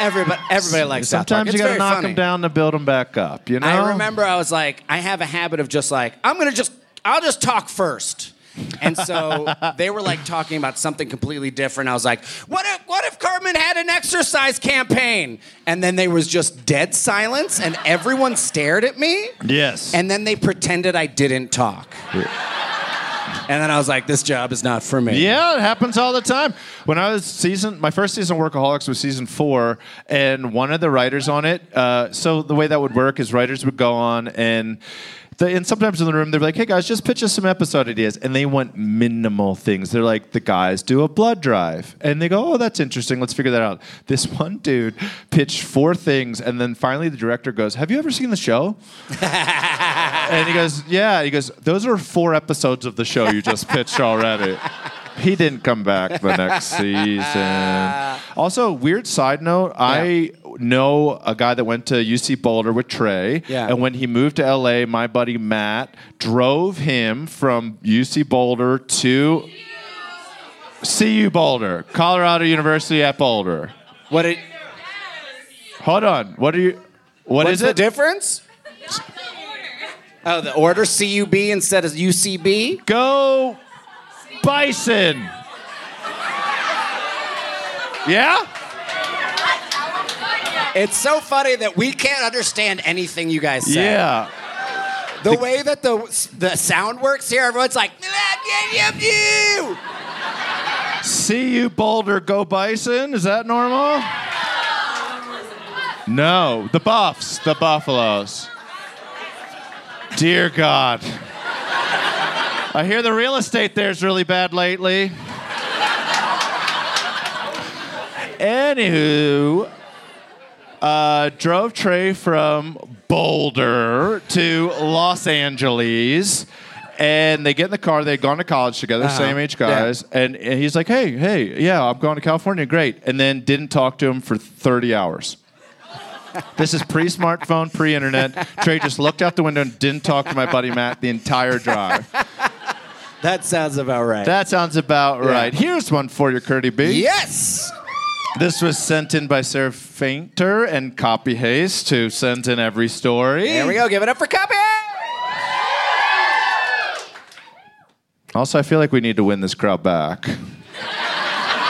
[SPEAKER 2] Everybody, everybody likes South Park.
[SPEAKER 3] Sometimes you
[SPEAKER 2] It's
[SPEAKER 3] got to
[SPEAKER 2] very
[SPEAKER 3] knock
[SPEAKER 2] funny.
[SPEAKER 3] them down to build them back up, you know?
[SPEAKER 2] I remember I was like, I have a habit of just like, I'm gonna just, I'll just talk first. And
[SPEAKER 3] [laughs]
[SPEAKER 2] so they were like talking about something completely different. I was like, what if, what if Cartman had an exercise campaign? And then there was just dead silence and everyone stared at me.
[SPEAKER 3] Yes.
[SPEAKER 2] And then they pretended I didn't talk. And then I was like, this job is not for me.
[SPEAKER 3] Yeah, it happens all the time. When I was season, my first season of Workaholics was season four, and one of the writers on it. Uh, so the way that would work is writers would go on and. The, and sometimes in the room, they're like, hey guys, just pitch us some episode ideas. And they want minimal things. They're like, the guys do a blood drive. And they go, oh, that's interesting. Let's figure that out. This one dude pitched four things. And then finally, the director goes, have you ever seen the show? And he goes, Yeah. He goes, Those are four episodes of the show you just pitched already.
[SPEAKER 2] [laughs]
[SPEAKER 3] He didn't come back the next season. Also, weird side note I know a guy that went to UC Boulder with Trey.
[SPEAKER 2] Yeah.
[SPEAKER 3] And when he moved to LA, my buddy Matt drove him from UC Boulder to CU Boulder, Colorado University at Boulder.
[SPEAKER 2] What it,
[SPEAKER 3] Hold on. What are you. What
[SPEAKER 2] what's
[SPEAKER 3] is
[SPEAKER 2] the
[SPEAKER 3] it?
[SPEAKER 2] difference? Oh, the order CUB instead of UCB?
[SPEAKER 3] Go Bison. Yeah?
[SPEAKER 2] It's so funny that we can't understand anything you guys say.
[SPEAKER 3] Yeah.
[SPEAKER 2] The way that the the sound works here, everyone's like, you.
[SPEAKER 3] See you, Boulder. Go Bison. Is that normal? No. The Buffs. The Buffaloes. Dear God. I hear the real estate there's really bad lately. Anywho, uh, drove Trey from Boulder to Los Angeles, and they get in the car. They'd gone to college together, same age guys. And, and he's like, "Hey, hey, yeah, I'm going to California, great." And then didn't talk to him for 30 hours. This is pre-smartphone, pre-internet. Trey just looked out the window and didn't talk to my buddy Matt the entire drive.
[SPEAKER 2] That sounds about right.
[SPEAKER 3] That sounds about right. Here's one for you, Curdy B.
[SPEAKER 2] yes.
[SPEAKER 3] This was sent in by Sarah Fainter and Copy Haste, who sends in every story.
[SPEAKER 2] There we go. Give it up for copy.
[SPEAKER 3] Also, I feel like we need to win this crowd back.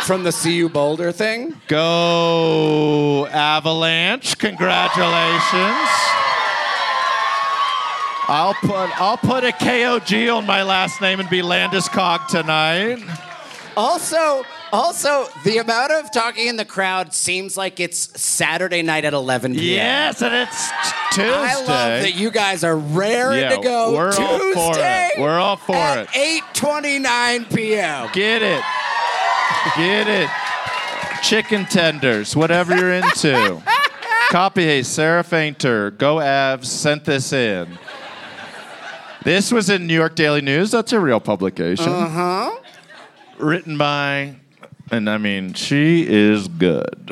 [SPEAKER 2] From the CU Boulder thing.
[SPEAKER 3] Go Avalanche! Congratulations. I'll put I'll put a KOG on my last name and be Landeskog tonight.
[SPEAKER 2] Also, also the amount of talking in the crowd seems like it's Saturday night at 11 p.m.
[SPEAKER 3] Yes, and it's Tuesday.
[SPEAKER 2] I love that you guys are raring
[SPEAKER 3] Yeah,
[SPEAKER 2] to go.
[SPEAKER 3] we're
[SPEAKER 2] Tuesday
[SPEAKER 3] all for it. We're all for
[SPEAKER 2] at
[SPEAKER 3] it.
[SPEAKER 2] 8:29 p.m.
[SPEAKER 3] Get it. Get it. Chicken tenders, whatever you're into. Copy haste, Sarah Fainter, Go Avs, sent this in. This was in New York Daily News. That's a real publication. Uh huh. Written by, and I mean, she is good.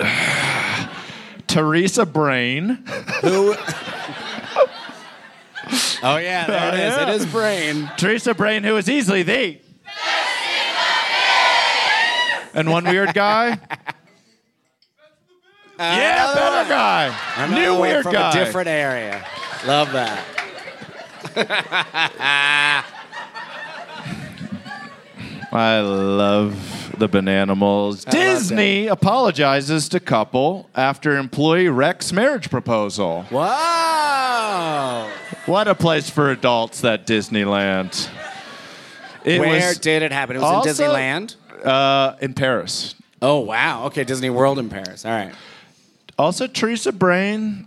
[SPEAKER 3] [sighs] Teresa Brain.
[SPEAKER 2] Oh yeah, there it is. It
[SPEAKER 3] Yeah.
[SPEAKER 2] is brain.
[SPEAKER 3] Teresa Brain, who is easily the
[SPEAKER 2] [laughs]
[SPEAKER 3] and one weird guy. yeah, better guy.
[SPEAKER 2] Another
[SPEAKER 3] New
[SPEAKER 2] one
[SPEAKER 3] weird
[SPEAKER 2] from
[SPEAKER 3] guy.
[SPEAKER 2] a different area. Love that.
[SPEAKER 3] I love the Bananimals. Disney apologizes to couple after employee wrecks marriage proposal.
[SPEAKER 2] Wow.
[SPEAKER 3] What a place for adults, that Disneyland. It
[SPEAKER 2] Where
[SPEAKER 3] was
[SPEAKER 2] did it happen? It was
[SPEAKER 3] also-
[SPEAKER 2] in Disneyland.
[SPEAKER 3] uh, in Paris.
[SPEAKER 2] Oh wow. Okay, Disney World in Paris. All right.
[SPEAKER 3] Also, Teresa Brain,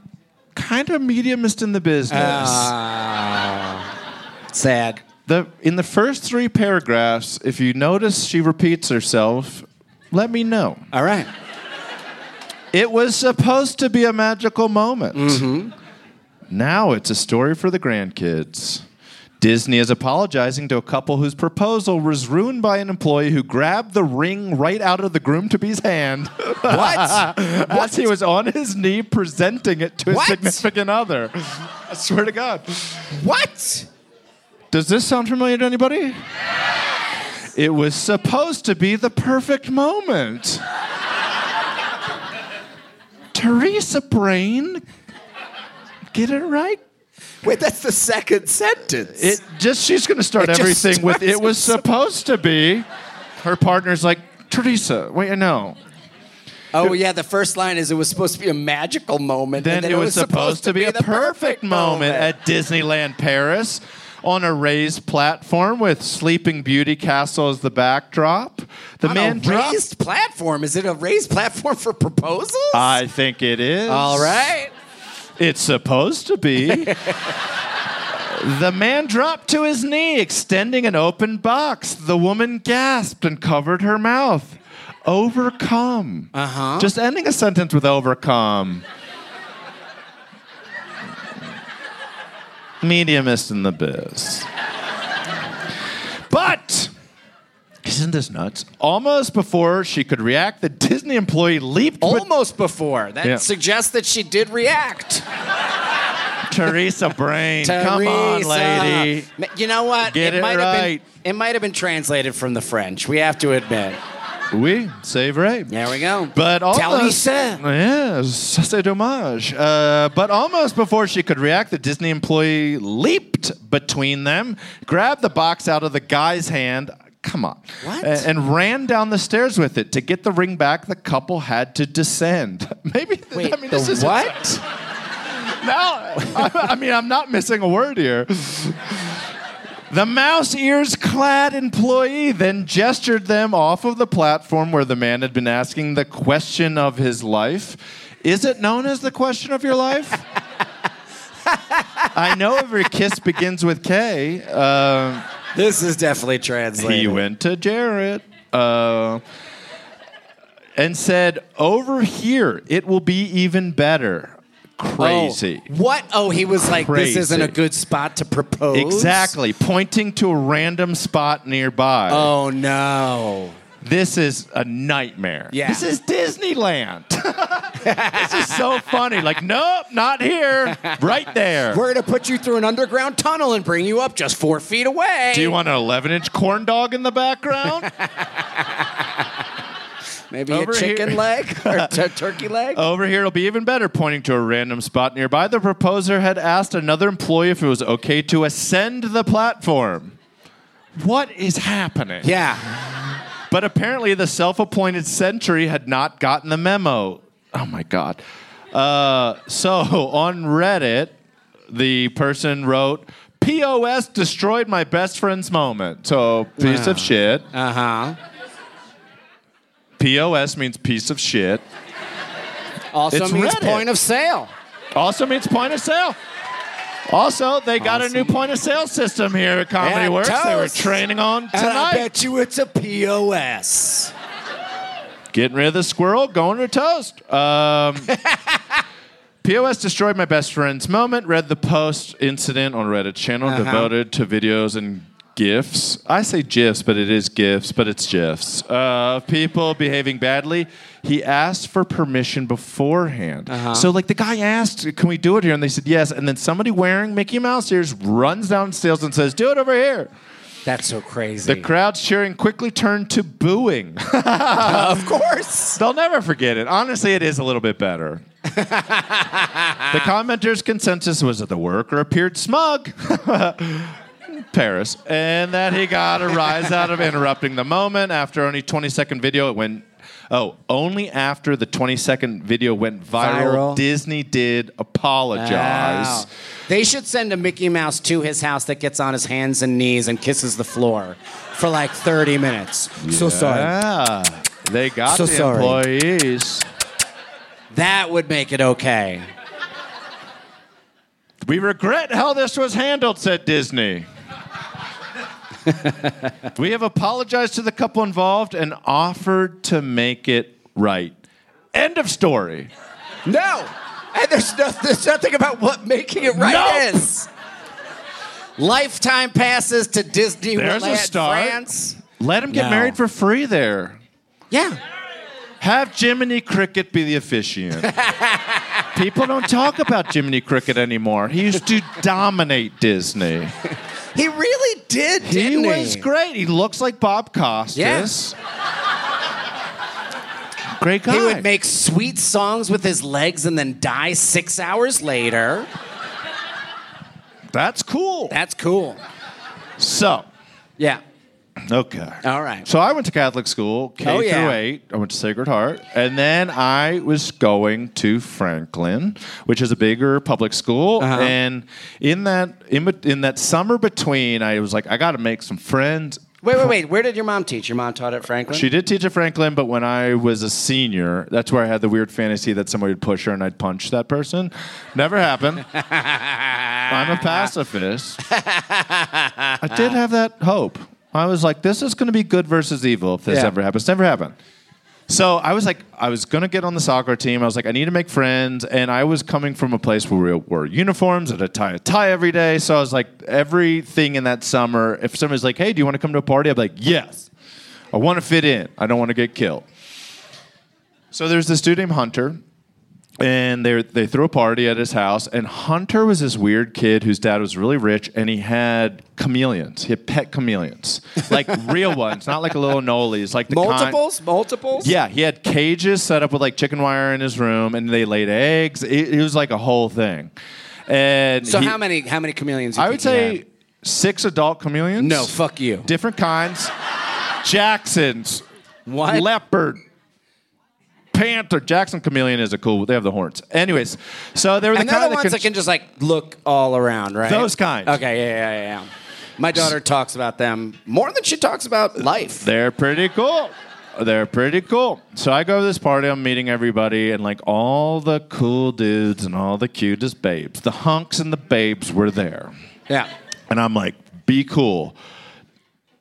[SPEAKER 3] kind of mediumist in the business.
[SPEAKER 2] Ah. Sad.
[SPEAKER 3] the in the first three paragraphs, if you notice she repeats herself, let me know.
[SPEAKER 2] All right.
[SPEAKER 3] It was supposed to be a magical moment. Now it's a story for the grandkids. Disney is apologizing to a couple whose proposal was ruined by an employee who grabbed the ring right out of the groom to be's hand. What? [laughs] As he was on his knee presenting it to his
[SPEAKER 2] What?
[SPEAKER 3] significant other. I swear to God.
[SPEAKER 2] What?
[SPEAKER 3] Does this sound familiar to anybody? It was supposed to be the perfect moment. Teresa Brain, get it right.
[SPEAKER 2] Wait, that's the second sentence.
[SPEAKER 3] It just she's going to start
[SPEAKER 2] It just
[SPEAKER 3] everything with
[SPEAKER 2] starts
[SPEAKER 3] it was [laughs]
[SPEAKER 2] with
[SPEAKER 3] supposed to be. Her partner's like Teresa. Wait, no.
[SPEAKER 2] oh yeah, the first line is it was supposed to be a magical moment.
[SPEAKER 3] Then,
[SPEAKER 2] and
[SPEAKER 3] it, was, supposed, to be a
[SPEAKER 2] the
[SPEAKER 3] perfect moment at Disneyland Paris on a raised platform with Sleeping Beauty Castle as the backdrop. The
[SPEAKER 2] On
[SPEAKER 3] man
[SPEAKER 2] a
[SPEAKER 3] dropped-
[SPEAKER 2] raised platform. Is it a raised platform for proposals?
[SPEAKER 3] I think it is.
[SPEAKER 2] All right.
[SPEAKER 3] It's supposed to be.
[SPEAKER 2] [laughs]
[SPEAKER 3] the man dropped to his knee, extending an open box. The woman gasped and covered her mouth. Overcome. Uh
[SPEAKER 2] Uh-huh.
[SPEAKER 3] huh. Just ending a sentence with overcome. Mediumist in the biz. But. Isn't this nuts? Almost before she could react, the Disney employee leaped with
[SPEAKER 2] Almost before. That
[SPEAKER 3] Yeah.
[SPEAKER 2] suggests that she did react.
[SPEAKER 3] Teresa Brain. Come on,
[SPEAKER 2] Teresa.
[SPEAKER 3] lady.
[SPEAKER 2] Ma- You know what?
[SPEAKER 3] Get it right.
[SPEAKER 2] Have been, it might have been translated from the French. We have to admit.
[SPEAKER 3] Oui, c'est vrai.
[SPEAKER 2] There we go.
[SPEAKER 3] But almost,
[SPEAKER 2] Teresa.
[SPEAKER 3] yes, ça c'est dommage. Uh, but almost before she could react, the Disney employee leaped between them, grabbed the box out of the guy's hand. Come on.
[SPEAKER 2] What?
[SPEAKER 3] a- And, ran down the stairs with it. To get the ring back, the couple had to descend. [laughs] Maybe.
[SPEAKER 2] Wait,
[SPEAKER 3] I mean, this
[SPEAKER 2] the
[SPEAKER 3] is
[SPEAKER 2] what?
[SPEAKER 3] now, I, I mean, I'm not missing a word here. The mouse ears clad employee then gestured them off of the platform where the man had been asking the question of his life. Is it known as the question of
[SPEAKER 2] [laughs]
[SPEAKER 3] your life? I know every kiss begins with K. Um,
[SPEAKER 2] This is definitely translated.
[SPEAKER 3] he went to Jarrett uh, and said, Over here, it will be even better. Crazy.
[SPEAKER 2] Oh, what? Oh, he was like,
[SPEAKER 3] Crazy.
[SPEAKER 2] this isn't a good spot to propose.
[SPEAKER 3] Exactly. Pointing to a random spot nearby.
[SPEAKER 2] Oh no.
[SPEAKER 3] This is a nightmare.
[SPEAKER 2] Yeah.
[SPEAKER 3] This is Disneyland. [laughs] this is so funny. Like, nope, not here. Right there.
[SPEAKER 2] We're gonna put you through an underground tunnel and bring you up just four feet away.
[SPEAKER 3] Do you want an 11 inch corn dog in the background?
[SPEAKER 2] Maybe
[SPEAKER 3] Over
[SPEAKER 2] a chicken
[SPEAKER 3] here.
[SPEAKER 2] leg
[SPEAKER 3] [laughs]
[SPEAKER 2] or t- turkey leg?
[SPEAKER 3] Over here, it'll be even better, pointing to a random spot nearby. The proposer had asked another employee if it was okay to ascend the platform. What is happening?
[SPEAKER 2] Yeah.
[SPEAKER 3] But apparently, the self appointed sentry had not gotten the memo. Oh my God. Uh, so on Reddit, the person wrote, POS destroyed my best friend's moment. So, piece of shit.
[SPEAKER 2] Uh huh.
[SPEAKER 3] POS means piece of shit.
[SPEAKER 2] Also
[SPEAKER 3] It's
[SPEAKER 2] means
[SPEAKER 3] Reddit.
[SPEAKER 2] point of sale.
[SPEAKER 3] Also means point of sale. Also, they got a new point of sale system here at Comedy
[SPEAKER 2] And
[SPEAKER 3] Works. They were
[SPEAKER 2] toast.
[SPEAKER 3] training on
[SPEAKER 2] And I
[SPEAKER 3] tonight.
[SPEAKER 2] bet you it's a POS.
[SPEAKER 3] Getting rid of the squirrel, going to toast. Um, POS destroyed my best friend's moment. Read the post incident on Reddit channel devoted to videos and gifs. I say gifs, but it is gifs, but it's gifs uh, of people behaving badly. He asked for permission beforehand. So, like, the guy asked, "Can we do it here?" And they said yes. And then somebody wearing Mickey Mouse ears runs downstairs and says, "Do it over here."
[SPEAKER 2] That's so crazy.
[SPEAKER 3] The crowd's cheering quickly turned to booing. [laughs]
[SPEAKER 2] of course.
[SPEAKER 3] They'll never forget it. Honestly, it is a little bit better. the commenters' consensus was that the worker appeared smug. [laughs] Paris, and that he got a rise out of interrupting the moment. After only 20 second video, it went. Oh, only after the 20 second video went viral,
[SPEAKER 2] Viral.
[SPEAKER 3] Disney did apologize.
[SPEAKER 2] Wow. They should send a Mickey Mouse to his house that gets on his hands and knees and kisses the floor for like 30 minutes. So sorry.
[SPEAKER 3] Yeah, they got
[SPEAKER 2] So
[SPEAKER 3] the
[SPEAKER 2] sorry.
[SPEAKER 3] employees.
[SPEAKER 2] That would make it okay.
[SPEAKER 3] We regret how this was handled, said Disney. we have apologized to the couple involved and offered to make it right. End of story.
[SPEAKER 2] No. And there's, no, there's nothing about what making it right
[SPEAKER 3] Nope.
[SPEAKER 2] is. Lifetime passes to Disney
[SPEAKER 3] There's a start.
[SPEAKER 2] France.
[SPEAKER 3] Let him get
[SPEAKER 2] No.
[SPEAKER 3] married for free there.
[SPEAKER 2] Yeah.
[SPEAKER 3] Have Jiminy Cricket be the officiant.
[SPEAKER 2] [laughs]
[SPEAKER 3] People don't talk about Jiminy Cricket anymore. He used to dominate Disney.
[SPEAKER 2] He really did,
[SPEAKER 3] He
[SPEAKER 2] didn't
[SPEAKER 3] was great. He looks like Bob Costas. Great guy.
[SPEAKER 2] He would make sweet songs with his legs and then die six hours later.
[SPEAKER 3] That's cool.
[SPEAKER 2] That's cool.
[SPEAKER 3] So,
[SPEAKER 2] Yeah.
[SPEAKER 3] okay.
[SPEAKER 2] All right.
[SPEAKER 3] So I went to Catholic school, K
[SPEAKER 2] Oh,
[SPEAKER 3] through
[SPEAKER 2] yeah.
[SPEAKER 3] eight. I went to Sacred Heart, and then I was going to Franklin, which is a bigger public school.
[SPEAKER 2] Uh-huh.
[SPEAKER 3] And in that in, bet- in that summer between, I was like, I got to make some friends.
[SPEAKER 2] Wait, wait, wait. Where did your mom teach? Your mom taught at Franklin?
[SPEAKER 3] She did teach at Franklin, but when I was a senior, that's where I had the weird fantasy that somebody would push her and I'd punch that person.
[SPEAKER 2] [laughs]
[SPEAKER 3] Never happened. I'm a pacifist. I did have that hope. I was like, this is going to be good versus evil if this
[SPEAKER 2] Yeah.
[SPEAKER 3] ever happens. Never happened. So I was like, I was going to get on the soccer team. I was like, I need to make friends. And I was coming from a place where we wore uniforms and a tie, a tie every day. So I was like, everything in that summer, if somebody's like, hey, do you want to come to a party? I'm like, yes. I want to fit in. I don't want to get killed. So there's this dude named Hunter, and they they threw a party at his house. And Hunter was this weird kid whose dad was really rich, and he had chameleons. He had pet chameleons, like real ones, not like a little Nolies, like the kind-
[SPEAKER 2] multiples? multiples?
[SPEAKER 3] yeah, he had cages set up with like chicken wire in his room, and they laid eggs. It, it was like a whole thing. And
[SPEAKER 2] So
[SPEAKER 3] he-
[SPEAKER 2] how many how many chameleons? You
[SPEAKER 3] I
[SPEAKER 2] think
[SPEAKER 3] would
[SPEAKER 2] he
[SPEAKER 3] say
[SPEAKER 2] had?
[SPEAKER 3] six adult chameleons.
[SPEAKER 2] no. Fuck you.
[SPEAKER 3] different kinds. Jacksons.
[SPEAKER 2] What?
[SPEAKER 3] Leopard. Panther. Jackson chameleon is a cool. They have the horns. Anyways, so they were the
[SPEAKER 2] and they're
[SPEAKER 3] kind
[SPEAKER 2] the ones
[SPEAKER 3] that,
[SPEAKER 2] that can just like look all around, right?
[SPEAKER 3] Those kind.
[SPEAKER 2] Okay. Yeah. Yeah. Yeah. yeah. My daughter talks about them more than she talks about life.
[SPEAKER 3] They're pretty cool. They're pretty cool. So I go to this party. I'm meeting everybody, and like all the cool dudes and all the cutest babes, the hunks and the babes were there.
[SPEAKER 2] yeah.
[SPEAKER 3] And I'm like, be cool.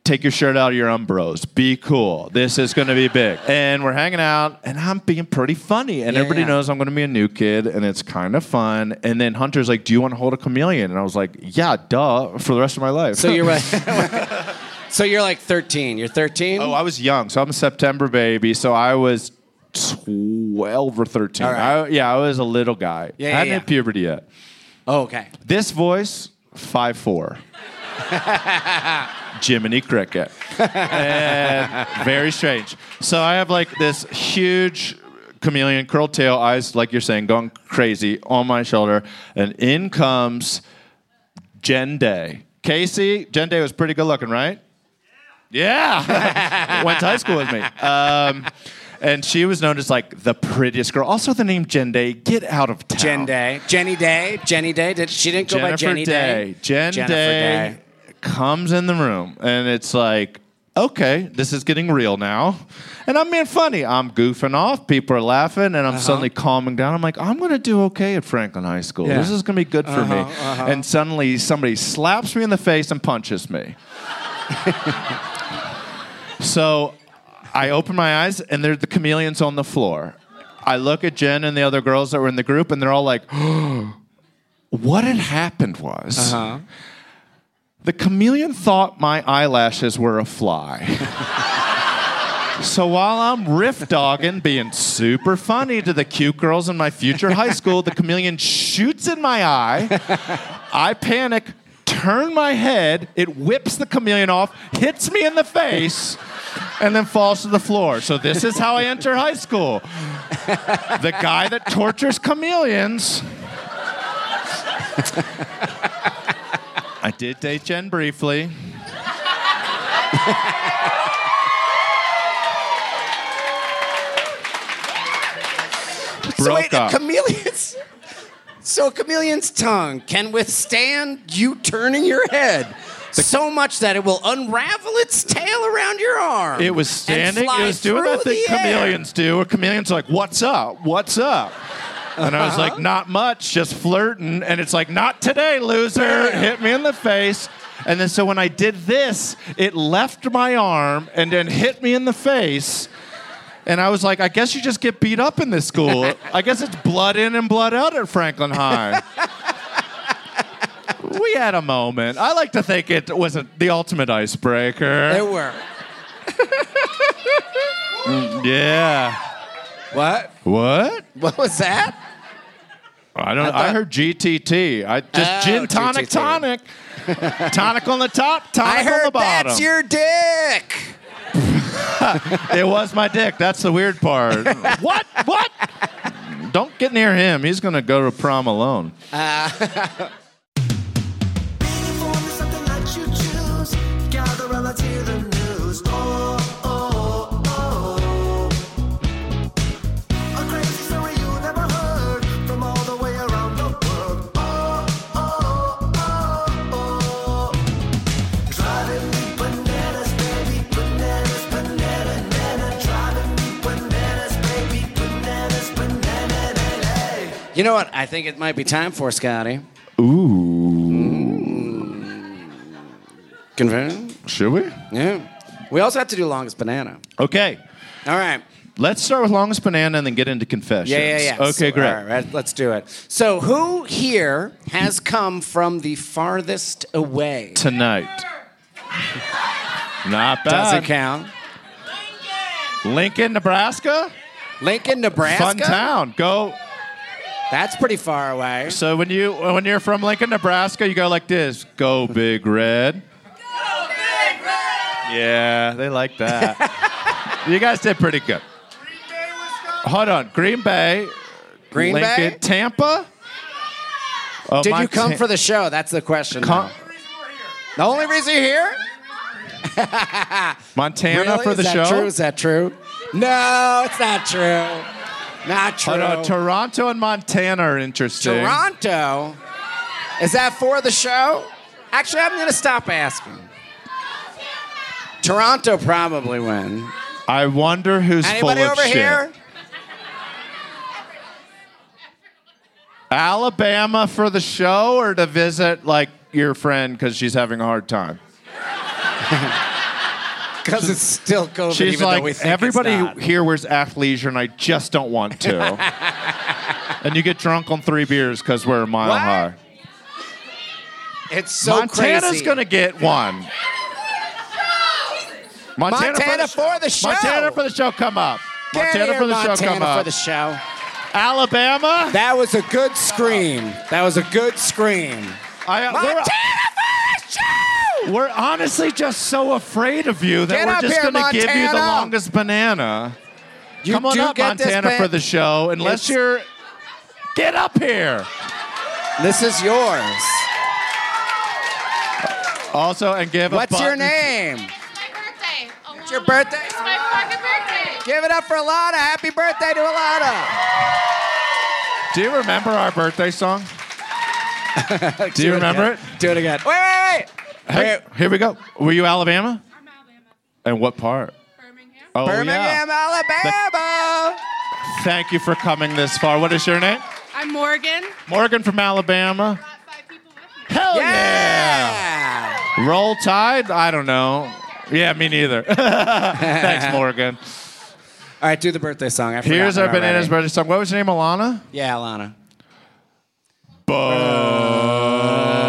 [SPEAKER 3] Take your shirt out of your umbros. Be cool. This is going to be big. And we're hanging out, and I'm being pretty funny. And
[SPEAKER 2] Yeah,
[SPEAKER 3] everybody
[SPEAKER 2] yeah.
[SPEAKER 3] knows I'm going to be a new kid, and it's kind of fun. And then Hunter's like, Do you want to hold a chameleon? And I was like, Yeah, duh, for the rest of my life.
[SPEAKER 2] So you're [laughs] right. so you're like 13. You're 13.
[SPEAKER 3] oh, I was young. [laughs] So I'm a September baby. So I was 12 or 13.
[SPEAKER 2] All right.
[SPEAKER 3] I- yeah, I was a little guy.
[SPEAKER 2] Yeah,
[SPEAKER 3] I
[SPEAKER 2] yeah,
[SPEAKER 3] hadn't
[SPEAKER 2] yeah.
[SPEAKER 3] hit puberty yet.
[SPEAKER 2] oh okay.
[SPEAKER 3] This voice, five four. Jiminy Cricket. And very strange. So I have like this huge chameleon, curled tail, eyes, like you're saying, going crazy on my shoulder. And in comes Jen Day. Casey, Jen Day was pretty good looking, right? Yeah. [laughs] Went to high school with me. Um, and she was known as like the prettiest girl. Also, the name Jen Day, get out of town.
[SPEAKER 2] Jen Day. Jenny Day. Jenny Day. Did she didn't go by Jenny Day?
[SPEAKER 3] Jen
[SPEAKER 2] Jennifer
[SPEAKER 3] Day, comes in the room and it's like, okay, this is getting real now. And I'm being funny. I'm goofing off. People are laughing and I'm suddenly calming down. I'm like, I'm going to do okay at Franklin High School.
[SPEAKER 2] Yeah.
[SPEAKER 3] This is going to be good for me. And suddenly somebody slaps me in the face and punches me. So I open my eyes and there's the chameleons on the floor. I look at Jen and the other girls that were in the group and they're all like, [gasps] what had happened was the chameleon thought my eyelashes were a fly. so while I'm riff dogging, being super funny to the cute girls in my future high school, the chameleon shoots in my eye. I panic, turn my head, it whips the chameleon off, hits me in the face. and then falls to the floor. So this is how I enter high school. The guy that tortures chameleons. I did date Jen briefly.
[SPEAKER 2] so
[SPEAKER 3] Broke
[SPEAKER 2] wait, a
[SPEAKER 3] up.
[SPEAKER 2] chameleon's. So a chameleon's tongue can withstand you turning your head so much that it will unravel its tail around your arm.
[SPEAKER 3] It was
[SPEAKER 2] and
[SPEAKER 3] standing. It
[SPEAKER 2] fly
[SPEAKER 3] was doing
[SPEAKER 2] through
[SPEAKER 3] that thing
[SPEAKER 2] the air.
[SPEAKER 3] chameleons do. Where chameleons are like, "What's up? What's up?" And I was
[SPEAKER 2] Uh-huh.
[SPEAKER 3] like, "Not much, just flirting." And it's like, "Not today, loser!" Hit me in the face. And then so when I did this, it left my arm and then hit me in the face. And I was like, I guess you just get beat up in this
[SPEAKER 2] [laughs]
[SPEAKER 3] school. I guess it's blood in and blood out at Franklin High. we had a moment. I like to think it was a, the ultimate icebreaker.
[SPEAKER 2] There were.
[SPEAKER 3] yeah.
[SPEAKER 2] What?
[SPEAKER 3] What?
[SPEAKER 2] What was that?
[SPEAKER 3] I don't. I,
[SPEAKER 2] thought-
[SPEAKER 3] heard GTT. I just
[SPEAKER 2] Oh,
[SPEAKER 3] gin tonic
[SPEAKER 2] GTT. [laughs]
[SPEAKER 3] tonic. tonic on the top,
[SPEAKER 2] I
[SPEAKER 3] tonic on the
[SPEAKER 2] heard
[SPEAKER 3] bottom.
[SPEAKER 2] that's your dick.
[SPEAKER 3] it was my dick. That's the weird part.
[SPEAKER 2] [laughs]
[SPEAKER 3] what? What? Don't get near him. He's gonna go to prom alone.
[SPEAKER 4] Uniform is something that you choose. Gather around, let's hear the news. Oh, oh, oh. A crazy story you never heard from all the way around the world. Oh, oh, oh, oh. Driving me bananas, baby, bananas, banana, banana. Driving me bananas, baby, bananas, banana, banana.
[SPEAKER 2] You know what? I think it might be time for Scotty.
[SPEAKER 3] Ooh.
[SPEAKER 2] Confirm?
[SPEAKER 3] Should we?
[SPEAKER 2] Yeah. We also have to do longest banana.
[SPEAKER 3] Okay.
[SPEAKER 2] All right.
[SPEAKER 3] Let's start with longest banana and then get into confessions.
[SPEAKER 2] Yeah, yeah, yeah.
[SPEAKER 3] Okay,
[SPEAKER 2] So-
[SPEAKER 3] great.
[SPEAKER 2] All right, right, let's do it. So, who here has come from the farthest away?
[SPEAKER 3] Tonight. Not
[SPEAKER 2] Doesn't
[SPEAKER 3] bad.
[SPEAKER 2] count.
[SPEAKER 3] Lincoln, Nebraska.
[SPEAKER 2] Lincoln, Nebraska.
[SPEAKER 3] Fun town. Go
[SPEAKER 2] That's pretty far away.
[SPEAKER 3] So when you when you're from Lincoln, Nebraska, you go like this: "Go Big Red." Go Big Red. Yeah, they like that. [laughs] you guys did pretty good. Hold on, Green Bay,
[SPEAKER 2] Green Bay?
[SPEAKER 3] Lincoln, Tampa. Oh,
[SPEAKER 2] Did
[SPEAKER 3] my
[SPEAKER 2] you come
[SPEAKER 3] ta-
[SPEAKER 2] for the show? That's the question.
[SPEAKER 3] Con-
[SPEAKER 2] now. the only reason you're here?
[SPEAKER 3] Montana
[SPEAKER 2] Really?
[SPEAKER 3] for the
[SPEAKER 2] Is
[SPEAKER 3] show?
[SPEAKER 2] that true? Is that true? No, it's not true. Not true.
[SPEAKER 3] Hold on, Toronto and Montana are interesting.
[SPEAKER 2] Toronto? Is that for the show? Actually, I'm going to stop asking. Toronto probably win.
[SPEAKER 3] I wonder who's
[SPEAKER 2] Anybody
[SPEAKER 3] full of
[SPEAKER 2] over
[SPEAKER 3] shit.
[SPEAKER 2] here?
[SPEAKER 3] Alabama for the show or to visit like your friend because she's having a hard time?
[SPEAKER 2] Because it's still COVID.
[SPEAKER 3] She's
[SPEAKER 2] even though
[SPEAKER 3] like,
[SPEAKER 2] we think it's not.
[SPEAKER 3] everybody here wears athleisure, and I just don't
[SPEAKER 2] [laughs]
[SPEAKER 3] want to. and you get drunk on three beers because we're a mile
[SPEAKER 2] What?
[SPEAKER 3] high.
[SPEAKER 2] It's so
[SPEAKER 3] Montana's
[SPEAKER 2] crazy.
[SPEAKER 3] gonna get one. Montana,
[SPEAKER 2] Montana for the show.
[SPEAKER 3] Montana for the show. Come up.
[SPEAKER 2] Get
[SPEAKER 3] Montana
[SPEAKER 2] here,
[SPEAKER 3] for the show.
[SPEAKER 2] Montana
[SPEAKER 3] Come up.
[SPEAKER 2] for the show.
[SPEAKER 3] Alabama.
[SPEAKER 2] That was a good scream. That was a good scream.
[SPEAKER 3] I- uh,
[SPEAKER 2] Montana
[SPEAKER 3] we're, we're honestly just so afraid of you that
[SPEAKER 2] Get
[SPEAKER 3] we're
[SPEAKER 2] up
[SPEAKER 3] just
[SPEAKER 2] here,
[SPEAKER 3] gonna give you the
[SPEAKER 2] Montana.
[SPEAKER 3] longest banana.
[SPEAKER 2] You
[SPEAKER 3] Come on
[SPEAKER 2] do
[SPEAKER 3] up,
[SPEAKER 2] get this
[SPEAKER 3] Montana,
[SPEAKER 2] ba-
[SPEAKER 3] for the show.
[SPEAKER 2] It's-
[SPEAKER 3] Unless you're, get up here.
[SPEAKER 2] This is yours.
[SPEAKER 3] Also, and give a
[SPEAKER 2] What's your
[SPEAKER 3] button-
[SPEAKER 2] name?
[SPEAKER 5] It's my birthday. It's
[SPEAKER 2] your birthday?
[SPEAKER 5] It's my fucking birthday.
[SPEAKER 2] Give it up for Alana. Happy birthday to Alana.
[SPEAKER 3] Do you remember our birthday song? [laughs] Do you remember it? Oh,
[SPEAKER 2] Do it again. Wait, wait, wait.
[SPEAKER 3] Hey,
[SPEAKER 2] Wait.
[SPEAKER 3] here we go. Were you Alabama?
[SPEAKER 5] I'm Alabama.
[SPEAKER 3] And what part?
[SPEAKER 5] Birmingham.
[SPEAKER 3] Oh,
[SPEAKER 2] Birmingham,
[SPEAKER 3] yeah.
[SPEAKER 2] Alabama.
[SPEAKER 3] Thank you for coming this far. What is your name?
[SPEAKER 5] I'm Morgan.
[SPEAKER 3] Morgan from Alabama.
[SPEAKER 5] Got five people with me.
[SPEAKER 3] Hell Oh, yeah!
[SPEAKER 2] yeah.
[SPEAKER 3] Roll Tide? I don't know. Yeah, me neither. [laughs] Thanks, Morgan.
[SPEAKER 2] All right, do the birthday song. I've
[SPEAKER 3] Here's our
[SPEAKER 2] forgotten it
[SPEAKER 3] bananas
[SPEAKER 2] already.
[SPEAKER 3] birthday song. What was your name, Alana?
[SPEAKER 2] Yeah, Alana.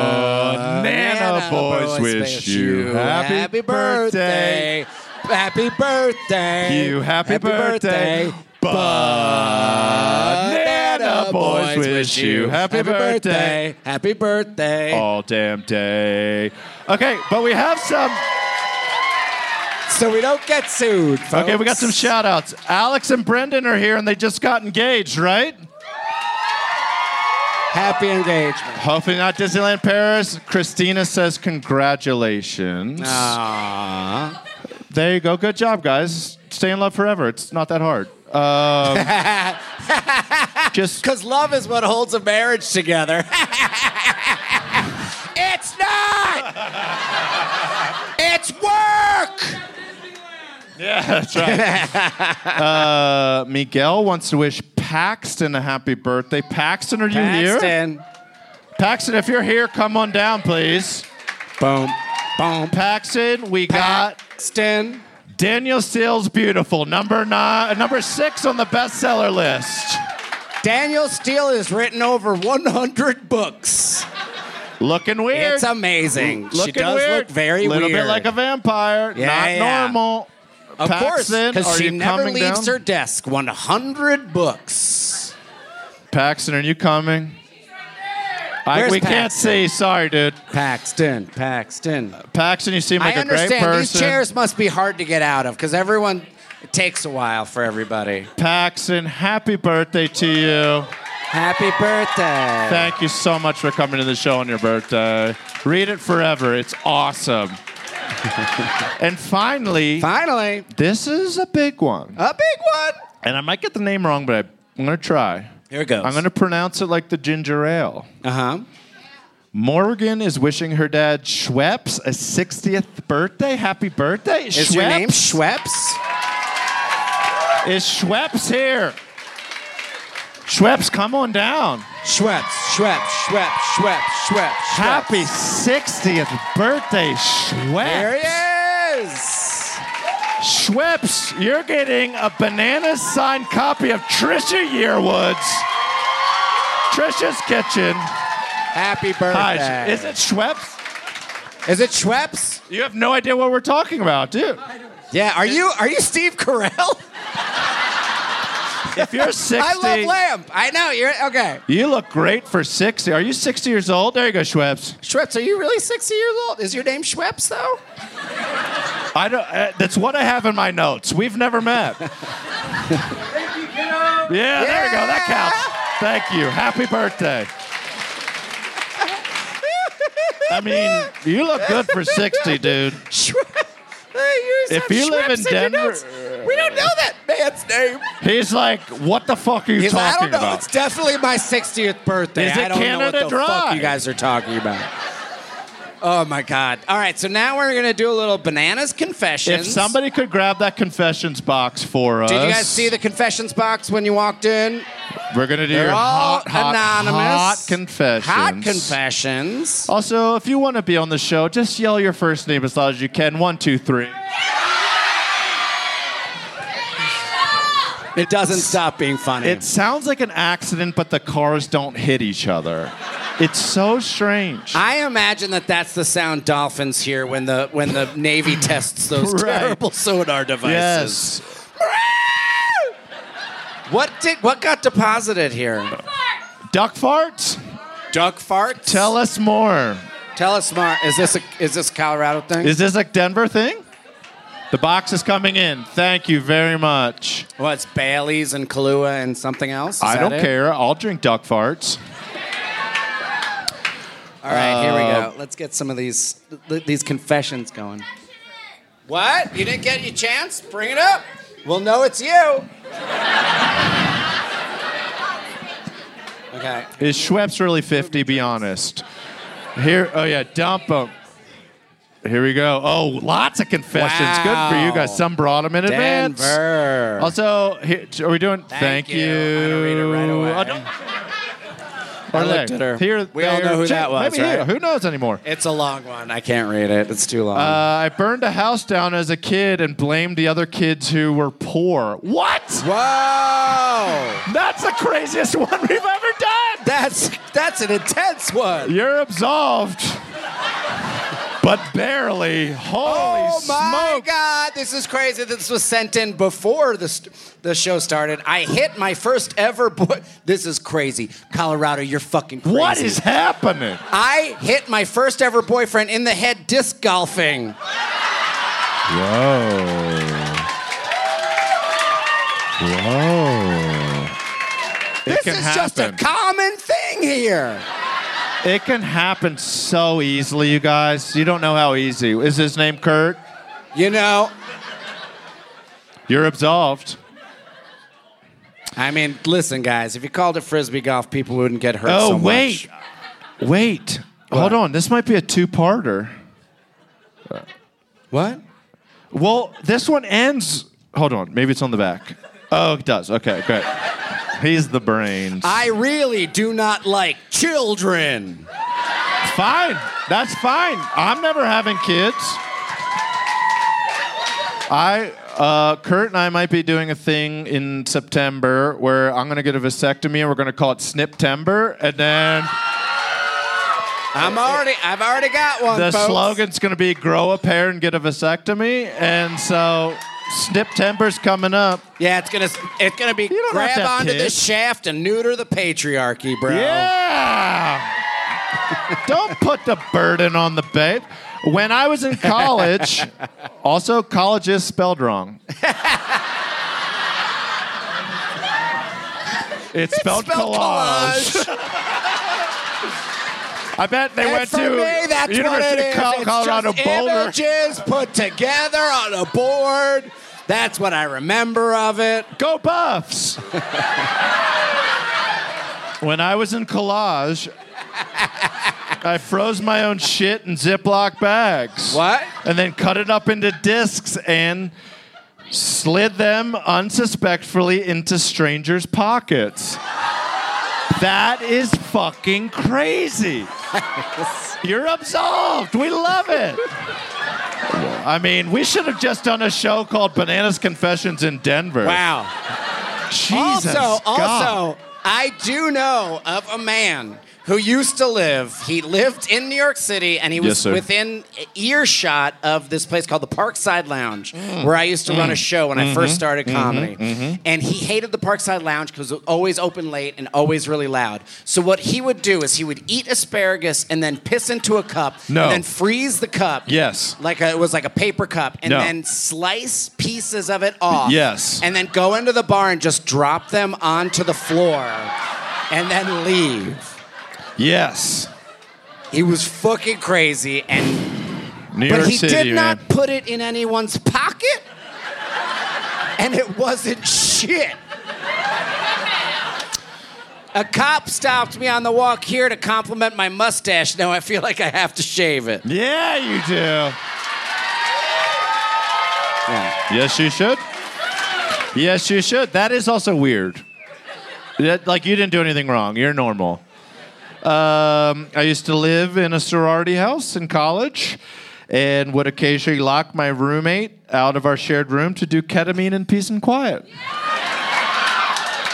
[SPEAKER 3] Banana boys wish you happy, birthday.
[SPEAKER 2] Happy birthday.
[SPEAKER 3] You happy, birthday. Banana
[SPEAKER 2] Banana
[SPEAKER 3] boys wish you happy birthday.
[SPEAKER 2] Happy birthday.
[SPEAKER 3] all damn day. Okay, but we have some
[SPEAKER 2] so we don't get sued. Folks.
[SPEAKER 3] Okay, we got some shout outs. Alex and Brendan are here and they just got engaged, right?
[SPEAKER 2] Happy engagement.
[SPEAKER 3] Hopefully not Disneyland Paris. Christina says congratulations.
[SPEAKER 2] Aww.
[SPEAKER 3] There you go. Good job, guys. Stay in love forever. It's not that hard. [laughs] Um, just
[SPEAKER 2] Because love is what holds a marriage together. [laughs] it's not! it's work!
[SPEAKER 3] yeah, that's right.
[SPEAKER 2] [laughs]
[SPEAKER 3] Uh, Miguel wants to wish Paxton a happy birthday. Paxton, are you here?
[SPEAKER 2] Paxton.
[SPEAKER 3] Paxton, if you're here, come on down, please.
[SPEAKER 2] Boom. Boom.
[SPEAKER 3] Paxton, we got
[SPEAKER 2] Paxton.
[SPEAKER 3] Daniel Steele's "Beautiful" number nine, uh, number six on the bestseller list.
[SPEAKER 2] Daniel Steele has written over 100 books.
[SPEAKER 3] Looking weird.
[SPEAKER 2] It's amazing.
[SPEAKER 3] Looking
[SPEAKER 2] she does
[SPEAKER 3] weird.
[SPEAKER 2] look very
[SPEAKER 3] little
[SPEAKER 2] weird.
[SPEAKER 3] bit like a vampire.
[SPEAKER 2] Yeah,
[SPEAKER 3] not
[SPEAKER 2] yeah.
[SPEAKER 3] normal.
[SPEAKER 2] Of course,
[SPEAKER 3] Paxton,
[SPEAKER 2] because
[SPEAKER 3] are
[SPEAKER 2] she
[SPEAKER 3] you
[SPEAKER 2] never
[SPEAKER 3] coming
[SPEAKER 2] leaves
[SPEAKER 3] down?
[SPEAKER 2] her desk. 100 books.
[SPEAKER 3] Paxton, are you coming? I,
[SPEAKER 2] Where's
[SPEAKER 3] we can't
[SPEAKER 2] Paxton?
[SPEAKER 3] see. Sorry, dude.
[SPEAKER 2] Paxton, Paxton.
[SPEAKER 3] Paxton, you seem like
[SPEAKER 2] I
[SPEAKER 3] a great
[SPEAKER 2] understand
[SPEAKER 3] person.
[SPEAKER 2] these chairs must be hard to get out of because everyone. It takes a while for everybody.
[SPEAKER 3] Paxton, happy birthday to you.
[SPEAKER 2] Happy birthday!
[SPEAKER 3] Thank you so much for coming to the show on your birthday. Read it forever. It's awesome. [laughs] and finally,
[SPEAKER 2] Finally,
[SPEAKER 3] this is a big one.
[SPEAKER 2] a big one.
[SPEAKER 3] And I might get the name wrong, but I'm going to try.
[SPEAKER 2] Here it goes.
[SPEAKER 3] I'm going to pronounce it like the ginger ale.
[SPEAKER 2] Uh huh.
[SPEAKER 3] Morgan is wishing her dad Schweppes a 60th birthday. Happy birthday.
[SPEAKER 2] Is your name Schweppes?
[SPEAKER 3] Is Schweppes here? Schweppes, come on down.
[SPEAKER 2] Schweppes, Schweppes, Schweppes, Schweppes, Schweppes. Schweppes.
[SPEAKER 3] Happy 60th birthday,
[SPEAKER 2] There
[SPEAKER 3] Schweppes.
[SPEAKER 2] he is.
[SPEAKER 3] Schweppes, you're getting a banana signed copy of Trisha Yearwood's Trisha's Kitchen.
[SPEAKER 2] Happy birthday.
[SPEAKER 3] Hi, is it Schweppes?
[SPEAKER 2] Is it Schweppes?
[SPEAKER 3] You have no idea what we're talking about, dude.
[SPEAKER 2] Yeah. Are you Are you Steve
[SPEAKER 3] [laughs]
[SPEAKER 2] Carell?
[SPEAKER 3] If you're 60,
[SPEAKER 2] [laughs] I love lamb. I know you're okay.
[SPEAKER 3] You look great for 60. Are you 60 years old? There you go, Schweppes.
[SPEAKER 2] Schweppes, are you really 60 years old? Is your name Schweppes though?
[SPEAKER 3] I don't, uh, that's what I have in my notes. We've never
[SPEAKER 2] [laughs]
[SPEAKER 3] met. yeah, there you go. That counts. Thank you. Happy birthday. I mean, you look good for
[SPEAKER 2] [laughs]
[SPEAKER 3] 60, dude.
[SPEAKER 2] Schweppes. If
[SPEAKER 3] you live in Denver-
[SPEAKER 2] we don't know that man's name.
[SPEAKER 3] He's like, what the fuck are you
[SPEAKER 2] He's
[SPEAKER 3] talking
[SPEAKER 2] like, I don't know.
[SPEAKER 3] about?
[SPEAKER 2] It's definitely my 60th birthday.
[SPEAKER 3] Is it
[SPEAKER 2] I don't know
[SPEAKER 3] Canada
[SPEAKER 2] what the fuck
[SPEAKER 3] Dry?
[SPEAKER 2] you guys are talking about. Oh my god! All right, so now we're gonna do a little bananas confessions.
[SPEAKER 3] if somebody could grab that confessions box for us.
[SPEAKER 2] did, you guys see the confessions box when you walked in?
[SPEAKER 3] We're going to do
[SPEAKER 2] They're
[SPEAKER 3] your
[SPEAKER 2] all
[SPEAKER 3] hot, hot,
[SPEAKER 2] anonymous.
[SPEAKER 3] hot confessions. Oh.
[SPEAKER 2] Hot confessions.
[SPEAKER 3] Also, if you want to be on the show, just yell your first name as loud as you can. One, two, three.
[SPEAKER 2] It doesn't stop being funny.
[SPEAKER 3] It sounds like an accident, but the cars don't hit each other. It's so strange.
[SPEAKER 2] I imagine that that's the sound dolphins hear when the when the
[SPEAKER 3] [laughs]
[SPEAKER 2] Navy tests those
[SPEAKER 3] Right.
[SPEAKER 2] terrible sonar devices.
[SPEAKER 3] yes.
[SPEAKER 2] What did what got deposited here?
[SPEAKER 3] Duck farts?
[SPEAKER 2] Duck farts.
[SPEAKER 3] Tell us more.
[SPEAKER 2] tell us more. Is this a, is this a Colorado thing?
[SPEAKER 3] Is this a Denver thing? The box is coming in. Thank you very much.
[SPEAKER 2] well, it's Bailey's and Kahlua and something else. Is
[SPEAKER 3] I
[SPEAKER 2] that
[SPEAKER 3] don't
[SPEAKER 2] it?
[SPEAKER 3] care. I'll drink duck farts.
[SPEAKER 2] All right, here we go. Let's get some of these th- these confessions going. What? You didn't get your chance? Bring it up. We'll know it's you. [laughs] okay.
[SPEAKER 3] Is Schweppes really 50? Be honest. Here, oh yeah, dump them. Here we go. Oh, lots of confessions. Good for you guys.
[SPEAKER 2] Wow.
[SPEAKER 3] Some brought them in advance.
[SPEAKER 2] Denver.
[SPEAKER 3] Also, here, are we doing?
[SPEAKER 2] Thank
[SPEAKER 3] you.
[SPEAKER 2] you. I don't read it right away.
[SPEAKER 3] Oh, don't-
[SPEAKER 2] I
[SPEAKER 3] Or
[SPEAKER 2] looked
[SPEAKER 3] there.
[SPEAKER 2] at her.
[SPEAKER 3] Here,
[SPEAKER 2] We all
[SPEAKER 3] there,
[SPEAKER 2] know who
[SPEAKER 3] check-
[SPEAKER 2] that was,
[SPEAKER 3] Maybe here.
[SPEAKER 2] right?
[SPEAKER 3] Who knows anymore?
[SPEAKER 2] It's a long one. I can't read it. It's too long.
[SPEAKER 3] Uh, I burned a house down as a kid and blamed the other kids who were poor. What? [laughs]
[SPEAKER 2] Whoa!
[SPEAKER 3] That's the craziest [laughs] one we've ever done.
[SPEAKER 2] That's that's an intense one.
[SPEAKER 3] You're absolved, but barely. Holy
[SPEAKER 2] Oh my
[SPEAKER 3] smoke!
[SPEAKER 2] God! This is crazy. This was sent in before the st- the show started. I hit my first ever. Bo- [laughs] this is crazy, Colorado. You're fucking crazy.
[SPEAKER 3] What is happening?
[SPEAKER 2] I hit my first ever boyfriend in the head disc golfing.
[SPEAKER 3] Whoa. Whoa.
[SPEAKER 2] This is just a common thing here.
[SPEAKER 3] It can happen so easily, you guys. You don't know how easy. Is his name Kurt?
[SPEAKER 2] You know,
[SPEAKER 3] You're absolved.
[SPEAKER 2] I mean, listen, guys, if you called it frisbee golf, people wouldn't get hurt
[SPEAKER 3] Oh,
[SPEAKER 2] so much.
[SPEAKER 3] wait. Wait. Hold on. This might be a two parter.
[SPEAKER 2] What?
[SPEAKER 3] Well, this one ends. Hold on. Maybe it's on the back. Oh, it does. Okay, great. He's the brains.
[SPEAKER 2] I really do not like children.
[SPEAKER 3] Fine. That's fine. I'm never having kids. I, uh, Kurt and I might be doing a thing in September where I'm going to get a vasectomy and we're going to call it Sniptember. And then
[SPEAKER 2] I'm already, I've already got one.
[SPEAKER 3] the
[SPEAKER 2] folks.
[SPEAKER 3] slogan's going to be grow a pair and get a vasectomy. And so Sniptember's coming up.
[SPEAKER 2] Yeah, it's gonna, it's gonna be
[SPEAKER 3] don't have
[SPEAKER 2] grab
[SPEAKER 3] to have
[SPEAKER 2] onto
[SPEAKER 3] kids.
[SPEAKER 2] this shaft and neuter the patriarchy, bro.
[SPEAKER 3] Yeah. Don't put the burden on the babe. When I was in
[SPEAKER 2] [laughs]
[SPEAKER 3] college, also college is spelled wrong. It's spelled,
[SPEAKER 2] spelled
[SPEAKER 3] collage. I bet they
[SPEAKER 2] And
[SPEAKER 3] went
[SPEAKER 2] for
[SPEAKER 3] to
[SPEAKER 2] me, that's
[SPEAKER 3] University
[SPEAKER 2] what it is.
[SPEAKER 3] of Col-
[SPEAKER 2] It's
[SPEAKER 3] Colorado
[SPEAKER 2] just
[SPEAKER 3] Boulder.
[SPEAKER 2] images put together on a board. That's what I remember of it.
[SPEAKER 3] Go Buffs! when I was in collage, I froze my own shit in Ziploc bags.
[SPEAKER 2] What?
[SPEAKER 3] And then cut it up into discs and slid them unsuspectfully into strangers' pockets. That is fucking crazy. You're absolved. We love it. I mean, we should have just done a show called Bananas Confessions in Denver.
[SPEAKER 2] Wow.
[SPEAKER 3] Jesus.
[SPEAKER 2] also,
[SPEAKER 3] God.
[SPEAKER 2] also, I do know of a man who used to live. He lived in New York City, and he was
[SPEAKER 3] Yes, sir.
[SPEAKER 2] within earshot of this place called the Parkside Lounge,
[SPEAKER 3] Mm.
[SPEAKER 2] where I used to run a show when I
[SPEAKER 3] Mm-hmm.
[SPEAKER 2] first started comedy. And he hated the Parkside Lounge because it was always open late and always really loud. So what he would do is he would eat asparagus and then piss into a cup,
[SPEAKER 3] No.
[SPEAKER 2] and then freeze the cup.
[SPEAKER 3] Yes.
[SPEAKER 2] like a, it was like a paper cup, and
[SPEAKER 3] No.
[SPEAKER 2] then slice pieces of it off.
[SPEAKER 3] Yes.
[SPEAKER 2] and and then go into the bar and just drop them onto the floor and then leave.
[SPEAKER 3] Yes.
[SPEAKER 2] He was fucking crazy and
[SPEAKER 3] New
[SPEAKER 2] but
[SPEAKER 3] York
[SPEAKER 2] he
[SPEAKER 3] City.
[SPEAKER 2] did not
[SPEAKER 3] man.
[SPEAKER 2] put it in anyone's pocket. And it wasn't shit. A cop stopped me on the walk here to compliment my mustache. Now I feel like I have to shave it.
[SPEAKER 3] Yeah, you do.
[SPEAKER 2] Yeah.
[SPEAKER 3] Yes, you should. Yes, you should. That is also weird. That, like, you didn't do anything wrong. You're normal. Um, I used to live in a sorority house in college and would occasionally lock my roommate out of our shared room to do ketamine in peace and quiet.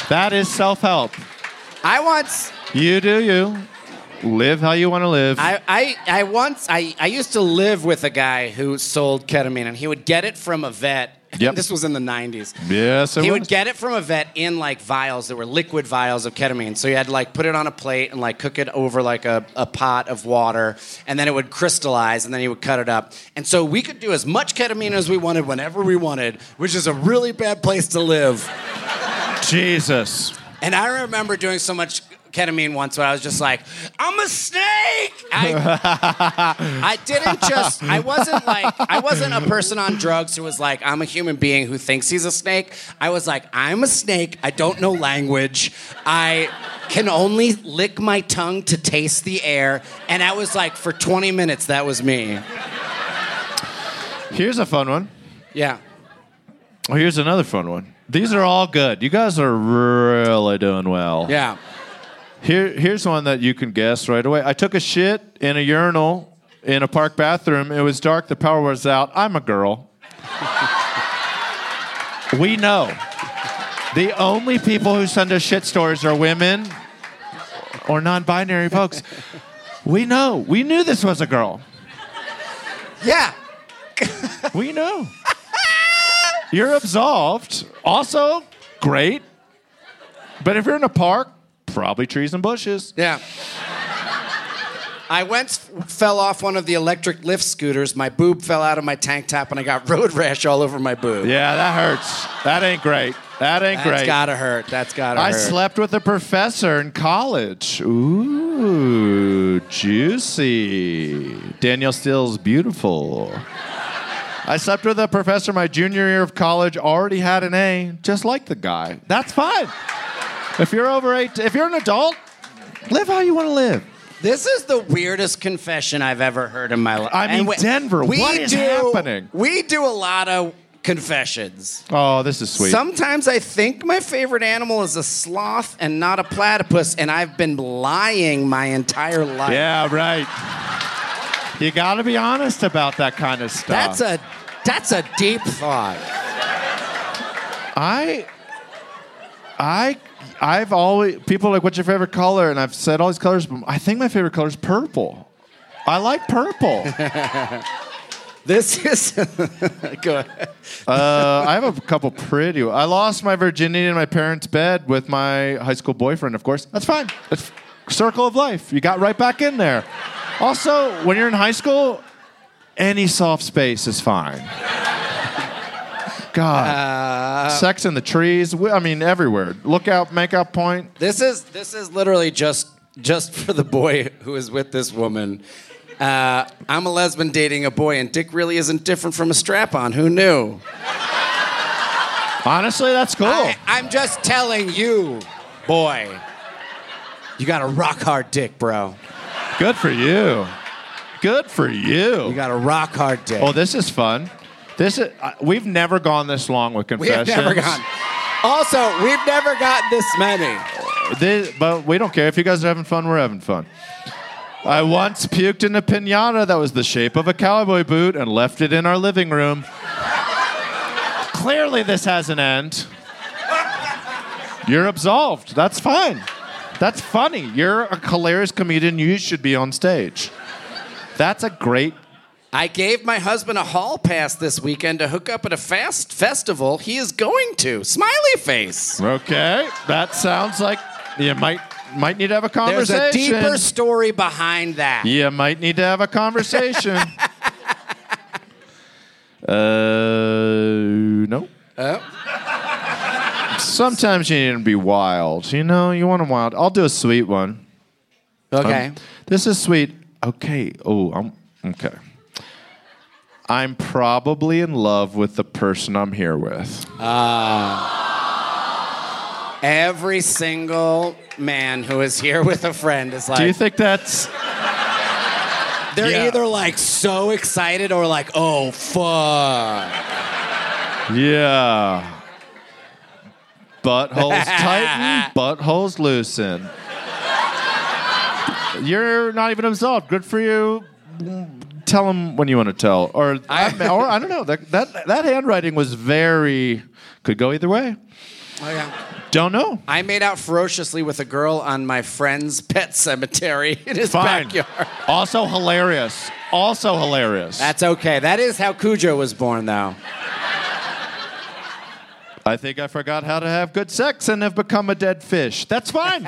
[SPEAKER 3] That is self help.
[SPEAKER 2] I once
[SPEAKER 3] You do you. Live how you want to live.
[SPEAKER 2] I, I, I once I, I used to live with a guy who sold ketamine and he would get it from a vet.
[SPEAKER 3] Yep.
[SPEAKER 2] this was in the 90s.
[SPEAKER 3] yes, I
[SPEAKER 2] He
[SPEAKER 3] was.
[SPEAKER 2] would get it from a vet in like vials that were liquid vials of ketamine. So you had to like put it on a plate and like cook it over like a, a pot of water and then it would crystallize and then he would cut it up. And so we could do as much ketamine as we wanted whenever we wanted, which is a really bad place to live.
[SPEAKER 3] Jesus.
[SPEAKER 2] And I remember doing so much ketamine once where I was just like, I'm a snake. I, I didn't just, I wasn't like, I wasn't a person on drugs who was like, I'm a human being who thinks he's a snake. I was like, I'm a snake. I don't know language. I can only lick my tongue to taste the air. And I was like, for 20 minutes, that was me.
[SPEAKER 3] Here's a fun one.
[SPEAKER 2] Yeah.
[SPEAKER 3] Oh, here's another fun one. These are all good. You guys are really doing well.
[SPEAKER 2] Yeah.
[SPEAKER 3] Here, here's one that you can guess right away. I took a shit in a urinal in a park bathroom. It was dark. The power was out. I'm a girl. we know. The only people who send us shit stories are women or non-binary folks. We know. We knew this was a girl.
[SPEAKER 2] Yeah.
[SPEAKER 3] We know. [laughs] you're absolved. Also, great. But if you're in a park, probably trees and bushes.
[SPEAKER 2] Yeah. I once f- fell off one of the electric lift scooters. My boob fell out of my tank top, and I got [laughs] road rash all over my boob.
[SPEAKER 3] Yeah, that hurts. That ain't great. That ain't
[SPEAKER 2] That's
[SPEAKER 3] great.
[SPEAKER 2] gotta hurt. That's gotta
[SPEAKER 3] I
[SPEAKER 2] hurt.
[SPEAKER 3] slept with a professor in college. Ooh, juicy. Daniel Steele's beautiful. I slept with a professor my junior year of college, already had an A, just like the guy. That's fine. If you're over eight, if you're an adult, live how you want to live.
[SPEAKER 2] This is the weirdest confession I've ever heard in my life.
[SPEAKER 3] I mean,
[SPEAKER 2] And
[SPEAKER 3] Denver, what is happening?
[SPEAKER 2] We do a lot of confessions.
[SPEAKER 3] Oh, this is sweet.
[SPEAKER 2] Sometimes I think my favorite animal is a sloth and not a platypus, and I've been lying my entire life.
[SPEAKER 3] yeah, right. You got to be honest about that kind of stuff.
[SPEAKER 2] That's a that's a deep thought.
[SPEAKER 3] I, I, I've always people are like, "What's your favorite color?" And I've said all these colors, but I think my favorite color is purple. I like purple. uh,
[SPEAKER 2] This is [laughs] go ahead.
[SPEAKER 3] Uh, I have a couple pretty. I lost my virginity in my parents' bed with my high school boyfriend. Of course, that's fine. That's circle of life. You got right back in there. Also, when you're in high school, any soft space is fine. God, sex in the trees. We- I mean, everywhere. Lookout, makeout point.
[SPEAKER 2] This is this is literally just just for the boy who is with this woman. Uh, I'm a lesbian dating a boy, and Dick really isn't different from a strap-on. Who knew?
[SPEAKER 3] Honestly, that's cool.
[SPEAKER 2] I, I'm just telling you, boy. You got a rock hard dick, bro.
[SPEAKER 3] Good for you. Good for
[SPEAKER 2] You
[SPEAKER 3] you.
[SPEAKER 2] got a rock hard dick.
[SPEAKER 3] Oh, this is fun. This is uh, we've never gone this long with
[SPEAKER 2] we have
[SPEAKER 3] confessions.
[SPEAKER 2] never gotten. Also, we've never gotten this many.
[SPEAKER 3] This- but we don't care if you guys are having fun. We're having fun. I once puked in a pinata that was the shape of a cowboy boot and left it in our living room. Clearly, this has an end. You're absolved. That's fine. That's funny. You're a hilarious comedian. You should be on stage. That's a great
[SPEAKER 2] I gave my husband a hall pass this weekend to hook up at a fast festival he is going to. Smiley face.
[SPEAKER 3] Okay, that sounds like you might might need to have a
[SPEAKER 2] There's
[SPEAKER 3] conversation.
[SPEAKER 2] a deeper story behind that.
[SPEAKER 3] you might need to have a conversation. uh, no. Sometimes you need to be wild. You know, you want to wild. I'll do a sweet one.
[SPEAKER 2] Okay.
[SPEAKER 3] Um, this is sweet. Okay. Oh, I'm okay. I'm probably in love with the person I'm here with.
[SPEAKER 2] Every single man who is here with a friend is like,
[SPEAKER 3] do you think that's
[SPEAKER 2] they're
[SPEAKER 3] Yeah.
[SPEAKER 2] either like so excited or like, oh, fuck.
[SPEAKER 3] Yeah. Buttholes tighten, buttholes loosen. You're not even absolved. Good for you. Tell them when you want to tell, or I, or I don't know. That, that that handwriting was very could go either way.
[SPEAKER 2] Oh, yeah.
[SPEAKER 3] Don't know.
[SPEAKER 2] I made out ferociously with a girl on my friend's pet cemetery [laughs] in his
[SPEAKER 3] Fine.
[SPEAKER 2] backyard.
[SPEAKER 3] Also hilarious. Also hilarious.
[SPEAKER 2] That's okay. That is how Cujo was born, though.
[SPEAKER 3] I think I forgot how to have good sex and have become a dead fish. That's fine.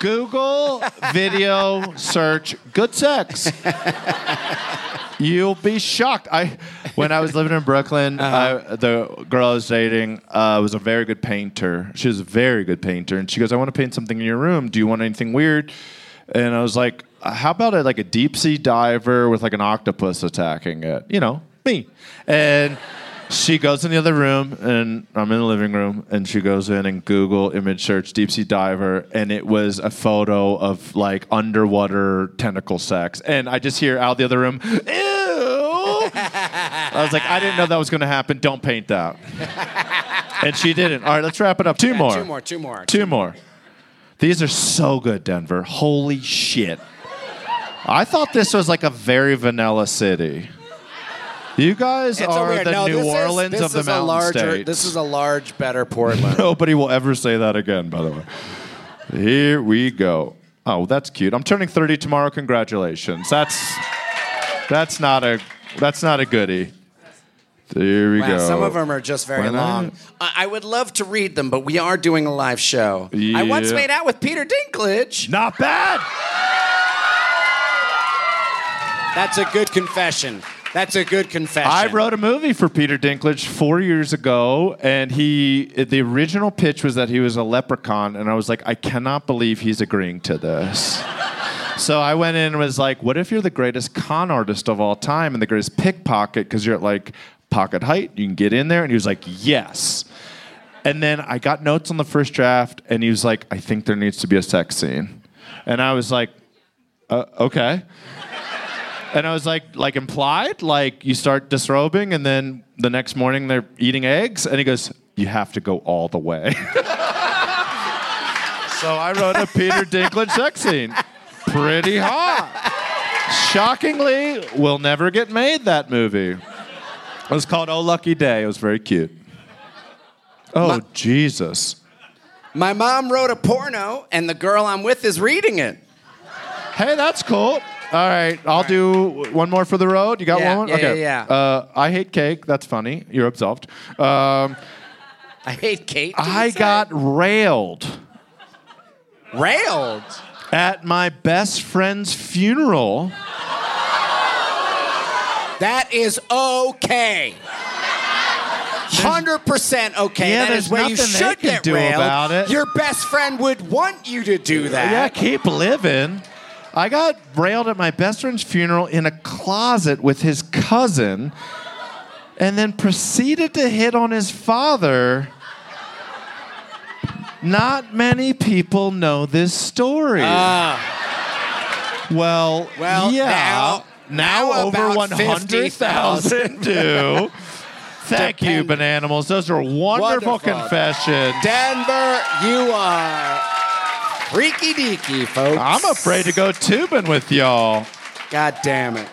[SPEAKER 3] Google video search good sex. You'll be shocked. I, when I was living in Brooklyn, I, the girl I was dating uh, was a very good painter. She was a very good painter, and she goes, "I want to paint something in your room. Do you want anything weird?" And I was like, "How about a, like a deep sea diver with like an octopus attacking it? You know, me." And she goes in the other room, and I'm in the living room, and she goes in and Google image search deep sea diver, and it was a photo of like underwater tentacle sex, and I just hear out the other room, ew. I was like, I didn't know that was going to happen. Don't paint that. And she didn't. All right, let's wrap it up. Two more.
[SPEAKER 2] Two more, two more.
[SPEAKER 3] Two more. These are so good, Denver. Holy shit. I thought this was like a very vanilla city. You guys
[SPEAKER 2] It's a
[SPEAKER 3] are
[SPEAKER 2] weird-
[SPEAKER 3] the
[SPEAKER 2] no,
[SPEAKER 3] New
[SPEAKER 2] this is-
[SPEAKER 3] Orleans
[SPEAKER 2] this
[SPEAKER 3] of the
[SPEAKER 2] is a
[SPEAKER 3] mountain
[SPEAKER 2] larger,
[SPEAKER 3] states.
[SPEAKER 2] This is a large, better
[SPEAKER 3] [laughs]
[SPEAKER 2] Portland.
[SPEAKER 3] Nobody will ever say that again, by the way. Here we go. Oh, that's cute. I'm turning 30 tomorrow. Congratulations. That's that's not a that's not a goodie. There we
[SPEAKER 2] Wow,
[SPEAKER 3] go.
[SPEAKER 2] some of them are just very
[SPEAKER 3] Why not?
[SPEAKER 2] long. I, I would love to read them, but we are doing a live show. I once
[SPEAKER 3] Yeah.
[SPEAKER 2] made out with Peter Dinklage.
[SPEAKER 3] Not bad.
[SPEAKER 2] That's a good confession. That's a good confession.
[SPEAKER 3] I wrote a movie for Peter Dinklage four years ago, and he the original pitch was that he was a leprechaun, and I was like, I cannot believe he's agreeing to this. [laughs] so I went in and was like, What if you're the greatest con artist of all time and the greatest pickpocket because you're at like pocket height? You can get in there, and he was like, Yes. And then I got notes on the first draft, and he was like, I think there needs to be a sex scene, and I was like, uh, Okay. And I was like, like implied, like you start disrobing, and then the next morning they're eating eggs, and he goes, "You have to go all the way." [laughs] so I wrote a Peter Dinklage sex scene, pretty hot. Shockingly, will never get made that movie. It was called Oh Lucky Day. It was very cute. Oh Jesus!
[SPEAKER 2] My mom wrote a porno, and the girl I'm with is reading it.
[SPEAKER 3] Hey, that's cool. All right, I'll do one more for the road. You got
[SPEAKER 2] Yeah,
[SPEAKER 3] one?
[SPEAKER 2] yeah,
[SPEAKER 3] okay.
[SPEAKER 2] yeah, yeah.
[SPEAKER 3] Uh, I hate cake. That's funny. You're absolved. Um,
[SPEAKER 2] I hate Kate. did you
[SPEAKER 3] I
[SPEAKER 2] say?
[SPEAKER 3] got railed
[SPEAKER 2] railed.
[SPEAKER 3] at my best friend's funeral.
[SPEAKER 2] That is okay. Hundred percent okay.
[SPEAKER 3] Yeah,
[SPEAKER 2] That is
[SPEAKER 3] there's
[SPEAKER 2] where you
[SPEAKER 3] nothing they
[SPEAKER 2] should
[SPEAKER 3] can
[SPEAKER 2] get
[SPEAKER 3] do
[SPEAKER 2] railed.
[SPEAKER 3] about it.
[SPEAKER 2] Your best friend would want you to do that.
[SPEAKER 3] Yeah, keep living. I got railed at my best friend's funeral in a closet with his cousin and then proceeded to hit on his father. Not many people know this story.
[SPEAKER 2] Uh,
[SPEAKER 3] well,
[SPEAKER 2] Well,
[SPEAKER 3] yeah.
[SPEAKER 2] now-
[SPEAKER 3] now
[SPEAKER 2] now
[SPEAKER 3] over
[SPEAKER 2] about
[SPEAKER 3] 100,000
[SPEAKER 2] [laughs]
[SPEAKER 3] do. Thank you,
[SPEAKER 2] Depend-
[SPEAKER 3] Bananimals. Those are wonderful,
[SPEAKER 2] Wonderful.
[SPEAKER 3] confessions.
[SPEAKER 2] Denver, you are freaky deaky, folks.
[SPEAKER 3] I'm afraid to go tubing with y'all.
[SPEAKER 2] God damn it.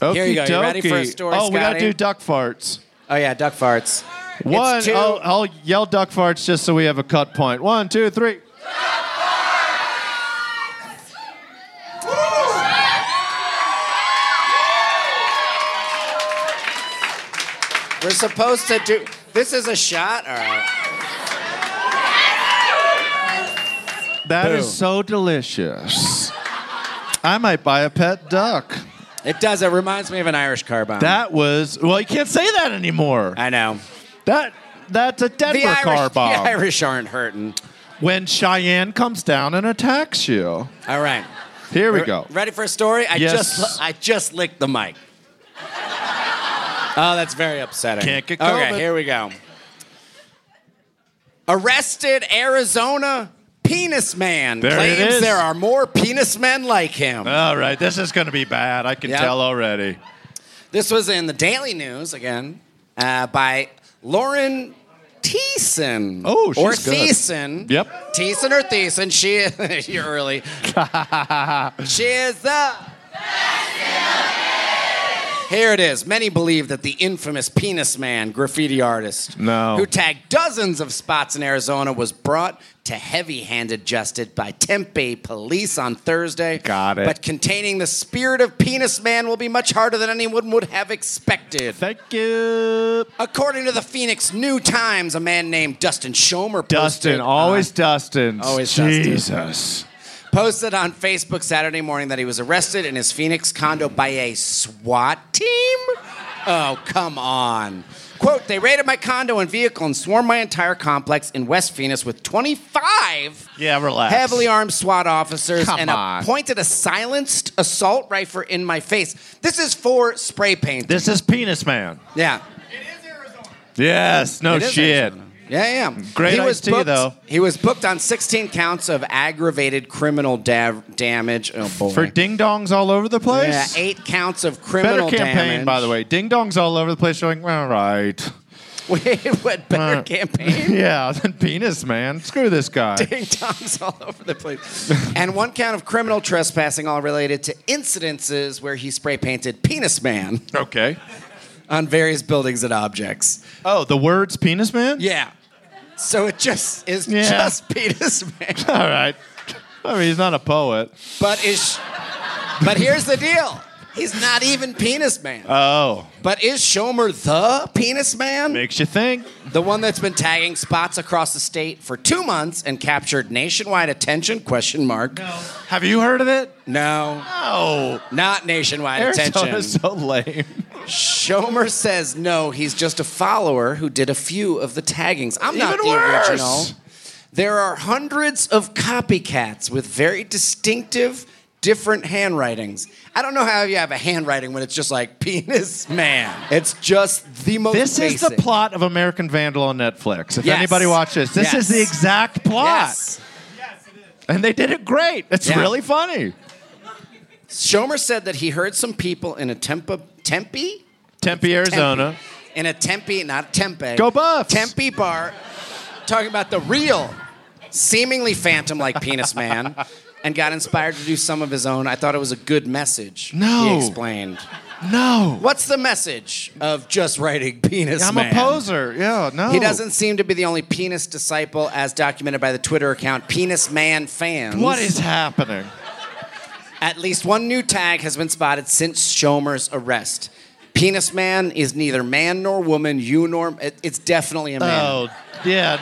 [SPEAKER 2] Here you go. You ready for a story,
[SPEAKER 3] Oh, we gotta
[SPEAKER 2] Scotty?
[SPEAKER 3] do duck farts.
[SPEAKER 2] Oh yeah, duck farts.
[SPEAKER 3] One, oh, uh,
[SPEAKER 2] two-
[SPEAKER 3] I'll, I'll yell duck farts just so we have a cut point. One, two, three.
[SPEAKER 2] We're supposed to do. This is a shot. All right.
[SPEAKER 3] That is
[SPEAKER 2] Boom.
[SPEAKER 3] so delicious. I might buy a pet duck.
[SPEAKER 2] It does. It reminds me of an Irish car bomb.
[SPEAKER 3] That was well. You can't say that anymore.
[SPEAKER 2] I know.
[SPEAKER 3] That that's a Denver
[SPEAKER 2] The Irish,
[SPEAKER 3] car bomb.
[SPEAKER 2] the Irish aren't hurting.
[SPEAKER 3] When Cheyenne comes down and attacks you.
[SPEAKER 2] All right.
[SPEAKER 3] Here we
[SPEAKER 2] Re-
[SPEAKER 3] go.
[SPEAKER 2] Ready for a story? I
[SPEAKER 3] Yes.
[SPEAKER 2] just I just licked the mic. Oh, that's very upsetting.
[SPEAKER 3] Can't get
[SPEAKER 2] Okay,
[SPEAKER 3] COVID.
[SPEAKER 2] here we go. Arrested Arizona penis man
[SPEAKER 3] There it
[SPEAKER 2] claims
[SPEAKER 3] is. Oh,
[SPEAKER 2] there are more penis men like him.
[SPEAKER 3] All right, this is gonna be bad. I can
[SPEAKER 2] Yep.
[SPEAKER 3] tell already.
[SPEAKER 2] This was in the Daily News again uh, by Lauren Thiessen.
[SPEAKER 3] Oh, she's
[SPEAKER 2] or
[SPEAKER 3] good.
[SPEAKER 2] Thiessen.
[SPEAKER 3] Yep.
[SPEAKER 2] Thiessen or Thiessen. She [laughs] is, you're
[SPEAKER 3] [laughs]
[SPEAKER 2] early. she is the. Here it is. Many believe that the infamous penis man, graffiti artist,
[SPEAKER 3] No.
[SPEAKER 2] who tagged dozens of spots in Arizona, was brought to heavy-handed justice by Tempe police on Thursday.
[SPEAKER 3] Got it.
[SPEAKER 2] But containing the spirit of penis man will be much harder than anyone would have expected.
[SPEAKER 3] Thank you.
[SPEAKER 2] According to the Phoenix New Times, a man named Dustin Schomer
[SPEAKER 3] Dustin,
[SPEAKER 2] posted
[SPEAKER 3] always Dustin.
[SPEAKER 2] uh, Always Dustin.
[SPEAKER 3] Jesus.
[SPEAKER 2] posted on Facebook Saturday morning that he was arrested in his Phoenix condo by a SWAT team? Oh, come on. Quote, they raided my condo and vehicle and swarmed my entire complex in West Phoenix with 25
[SPEAKER 3] Yeah, relax.
[SPEAKER 2] heavily armed SWAT officers
[SPEAKER 3] Come
[SPEAKER 2] and
[SPEAKER 3] on.
[SPEAKER 2] a, pointed a silenced assault rifle in my face. This is for spray paint.
[SPEAKER 3] This is Penis Man.
[SPEAKER 2] yeah.
[SPEAKER 3] Yes, no
[SPEAKER 2] It is
[SPEAKER 3] Oh, shit.
[SPEAKER 2] Arizona. Yeah, yeah.
[SPEAKER 3] Great iced tea,
[SPEAKER 2] booked,
[SPEAKER 3] though.
[SPEAKER 2] He was booked on 16 counts of aggravated criminal da- damage. Oh boy.
[SPEAKER 3] For ding dongs all over the place?
[SPEAKER 2] yeah, eight counts of
[SPEAKER 3] Better
[SPEAKER 2] criminal
[SPEAKER 3] campaign,
[SPEAKER 2] damage.
[SPEAKER 3] by the way. Ding dongs all over the place. You're like, all right.
[SPEAKER 2] [laughs] Wait, what better
[SPEAKER 3] Uh,
[SPEAKER 2] campaign? [laughs]
[SPEAKER 3] [laughs] Yeah, then Penis Man. Screw this guy.
[SPEAKER 2] Ding dongs all over the
[SPEAKER 3] [laughs]
[SPEAKER 2] place. and one count of criminal trespassing, all related to incidences where he spray painted Penis Man [laughs]
[SPEAKER 3] Okay.
[SPEAKER 2] on various buildings and objects.
[SPEAKER 3] Oh, the words Penis Man?
[SPEAKER 2] Yeah. So it just is
[SPEAKER 3] Yeah.
[SPEAKER 2] just Penis
[SPEAKER 3] [laughs]
[SPEAKER 2] Man.
[SPEAKER 3] All right. I mean, he's not a poet.
[SPEAKER 2] But is but here's the deal. He's not even Penis Man.
[SPEAKER 3] Oh,
[SPEAKER 2] but is Shomer the Penis Man?
[SPEAKER 3] makes you think.
[SPEAKER 2] The one that's been tagging spots across the state for two months and captured nationwide attention? Question mark. No.
[SPEAKER 3] Have you heard of it?
[SPEAKER 2] No. Not nationwide attention.
[SPEAKER 3] Arizona's so lame.
[SPEAKER 2] Shomer says no, he's just a follower who did a few of the taggings. I'm not
[SPEAKER 3] Even
[SPEAKER 2] the
[SPEAKER 3] worse.
[SPEAKER 2] original. There are hundreds of copycats with very distinctive, different handwritings. I don't know how you have a handwriting when it's just like penis man. It's just the most.
[SPEAKER 3] This is the
[SPEAKER 2] basic.
[SPEAKER 3] plot of American Vandal on Netflix. If
[SPEAKER 2] Yes.
[SPEAKER 3] anybody watches, this
[SPEAKER 2] Yes.
[SPEAKER 3] is the exact plot.
[SPEAKER 2] Yes.
[SPEAKER 3] And they did it great. It's
[SPEAKER 2] Yeah.
[SPEAKER 3] really funny.
[SPEAKER 2] Shomer said that he heard some people in a Tempe, Tempe,
[SPEAKER 3] Tempe, Arizona.
[SPEAKER 2] in a Tempe, not Tempe.
[SPEAKER 3] Go Buffs.
[SPEAKER 2] Tempe bar, talking about the real, seemingly phantom-like penis man, and got inspired to do some of his own. I thought it was a good message.
[SPEAKER 3] No.
[SPEAKER 2] he explained.
[SPEAKER 3] No.
[SPEAKER 2] What's the message of just writing penis
[SPEAKER 3] I'm
[SPEAKER 2] man?
[SPEAKER 3] a poser. Yeah, no.
[SPEAKER 2] He doesn't seem to be the only penis disciple, as documented by the Twitter account Penis Man Fans.
[SPEAKER 3] What is happening?
[SPEAKER 2] At least one new tag has been spotted since Shomer's arrest. Penis man is neither man nor woman, you nor. It, it's definitely a man.
[SPEAKER 3] Oh, yeah.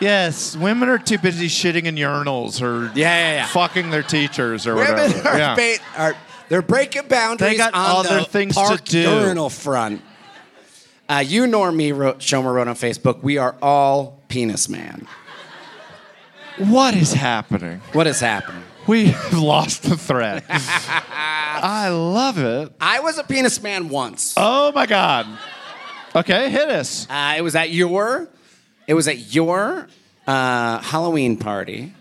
[SPEAKER 3] Yes, women are too busy shitting in urinals or
[SPEAKER 2] Yeah, yeah, yeah.
[SPEAKER 3] fucking their teachers or
[SPEAKER 2] Women
[SPEAKER 3] whatever.
[SPEAKER 2] are,
[SPEAKER 3] Yeah.
[SPEAKER 2] ba- are they're breaking boundaries
[SPEAKER 3] They got
[SPEAKER 2] on
[SPEAKER 3] other
[SPEAKER 2] the
[SPEAKER 3] things to
[SPEAKER 2] park
[SPEAKER 3] do.
[SPEAKER 2] urinal front. Uh, you nor me, wrote, Shomer wrote on Facebook. We are all penis man.
[SPEAKER 3] what is happening?
[SPEAKER 2] What is happening?
[SPEAKER 3] We [laughs] have lost the [laughs] thread. I love it.
[SPEAKER 2] I was a penis man once.
[SPEAKER 3] Oh my god. Okay, hit us.
[SPEAKER 2] Uh, it was at your, it was at your uh, Halloween party.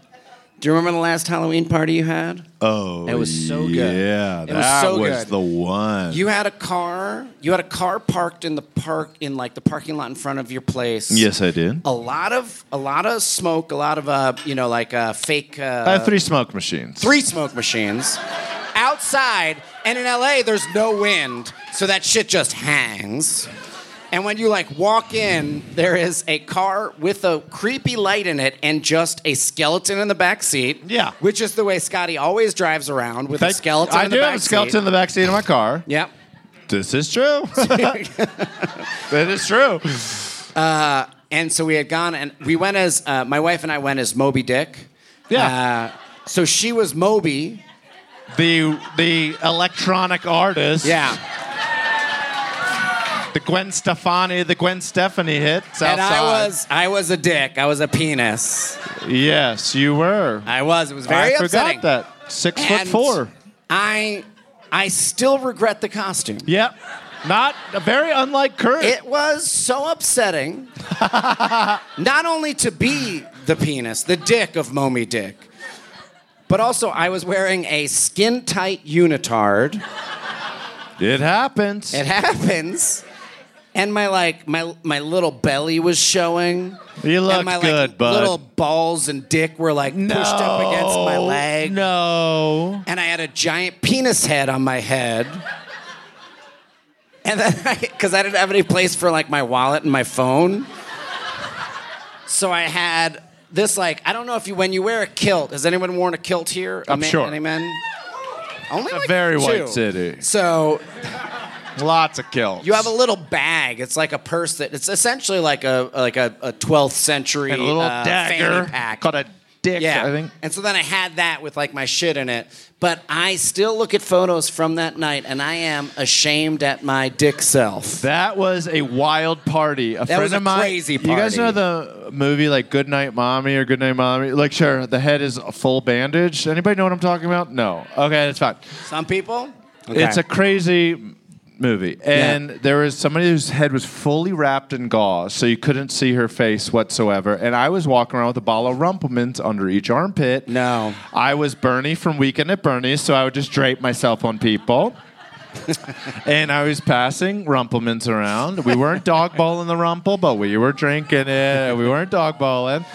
[SPEAKER 2] Do you remember the last Halloween party you had?
[SPEAKER 3] Oh,
[SPEAKER 2] It was so good.
[SPEAKER 3] Yeah,
[SPEAKER 2] It was
[SPEAKER 3] that
[SPEAKER 2] so
[SPEAKER 3] was
[SPEAKER 2] good.
[SPEAKER 3] the one.
[SPEAKER 2] You had a car. You had a car parked in the park in like the parking lot in front of your place.
[SPEAKER 3] yes, I did.
[SPEAKER 2] A lot of a lot of smoke. A lot of uh, you know, like uh, fake. Uh,
[SPEAKER 3] I have three smoke machines.
[SPEAKER 2] three smoke machines outside, and in LA there's no wind, so that shit just hangs. And when you like walk in, there is a car with a creepy light in it and just a skeleton in the back seat.
[SPEAKER 3] Yeah.
[SPEAKER 2] which is the way Scotty always drives around with a
[SPEAKER 3] Thank-
[SPEAKER 2] skeleton.
[SPEAKER 3] I
[SPEAKER 2] in the
[SPEAKER 3] do
[SPEAKER 2] back
[SPEAKER 3] have a skeleton in the back seat of
[SPEAKER 2] [laughs]
[SPEAKER 3] my car.
[SPEAKER 2] Seat. Yep.
[SPEAKER 3] This is true.
[SPEAKER 2] [laughs]
[SPEAKER 3] that is true.
[SPEAKER 2] And so we had gone, and we went as uh, my wife and I went as Moby Dick.
[SPEAKER 3] Yeah.
[SPEAKER 2] Uh, so she was Moby.
[SPEAKER 3] The the electronic artist.
[SPEAKER 2] Yeah.
[SPEAKER 3] The Gwen Stefani, the Gwen Stefani hit.
[SPEAKER 2] And I
[SPEAKER 3] Southside.
[SPEAKER 2] was I was a dick. I was a penis.
[SPEAKER 3] Yes, you were.
[SPEAKER 2] I was. It was very
[SPEAKER 3] I
[SPEAKER 2] upsetting.
[SPEAKER 3] forgot that. Six foot
[SPEAKER 2] And
[SPEAKER 3] four.
[SPEAKER 2] I I still regret the costume.
[SPEAKER 3] Yep. Not very unlike Kurt.
[SPEAKER 2] It was so
[SPEAKER 3] [laughs]
[SPEAKER 2] upsetting. Not only to be the penis, the dick of Momy Dick, but also I was wearing a skin tight unitard.
[SPEAKER 3] it happens.
[SPEAKER 2] It happens. And my like my my little belly was showing.
[SPEAKER 3] You look
[SPEAKER 2] and my,
[SPEAKER 3] good,
[SPEAKER 2] like,
[SPEAKER 3] bud.
[SPEAKER 2] Little balls and dick were like pushed up against my
[SPEAKER 3] No,
[SPEAKER 2] leg.
[SPEAKER 3] No.
[SPEAKER 2] and I had a giant penis head on my head. And then, because I, didn't have any place for like my wallet and my phone, so I had this like I don't know if you when you wear a kilt. Has anyone worn a kilt here? A
[SPEAKER 3] I'm sure.
[SPEAKER 2] Any men? Only
[SPEAKER 3] A
[SPEAKER 2] like
[SPEAKER 3] very
[SPEAKER 2] two.
[SPEAKER 3] white city.
[SPEAKER 2] So
[SPEAKER 3] Lots of kills.
[SPEAKER 2] you have a little bag. It's like a purse that it's essentially like a like a, a 12th century
[SPEAKER 3] And a little
[SPEAKER 2] uh,
[SPEAKER 3] dagger
[SPEAKER 2] fanny pack.
[SPEAKER 3] called a dick,
[SPEAKER 2] Yeah.
[SPEAKER 3] I think.
[SPEAKER 2] And so then I had that with like my shit in it. But I still look at photos from that night and I am ashamed at my dick self.
[SPEAKER 3] That was a wild party. A friend
[SPEAKER 2] was a
[SPEAKER 3] of mine.
[SPEAKER 2] crazy
[SPEAKER 3] You guys
[SPEAKER 2] party.
[SPEAKER 3] know the movie like Good Night Mommy or Good Night Mommy? Like, sure, the head is a full bandage. Anybody know what I'm talking about? No. Okay, that's fine.
[SPEAKER 2] Some people?
[SPEAKER 3] It's a crazy m- movie, and there was somebody whose head was fully wrapped in gauze, so you couldn't see her face whatsoever. And I was walking around with a ball of rumplements under each armpit.
[SPEAKER 2] No.
[SPEAKER 3] I was Bernie from Weekend at Bernie's, so I would just drape myself on people. and I was passing rumplements around. We weren't dogballing the rumple, but we were drinking it. We weren't dogballing.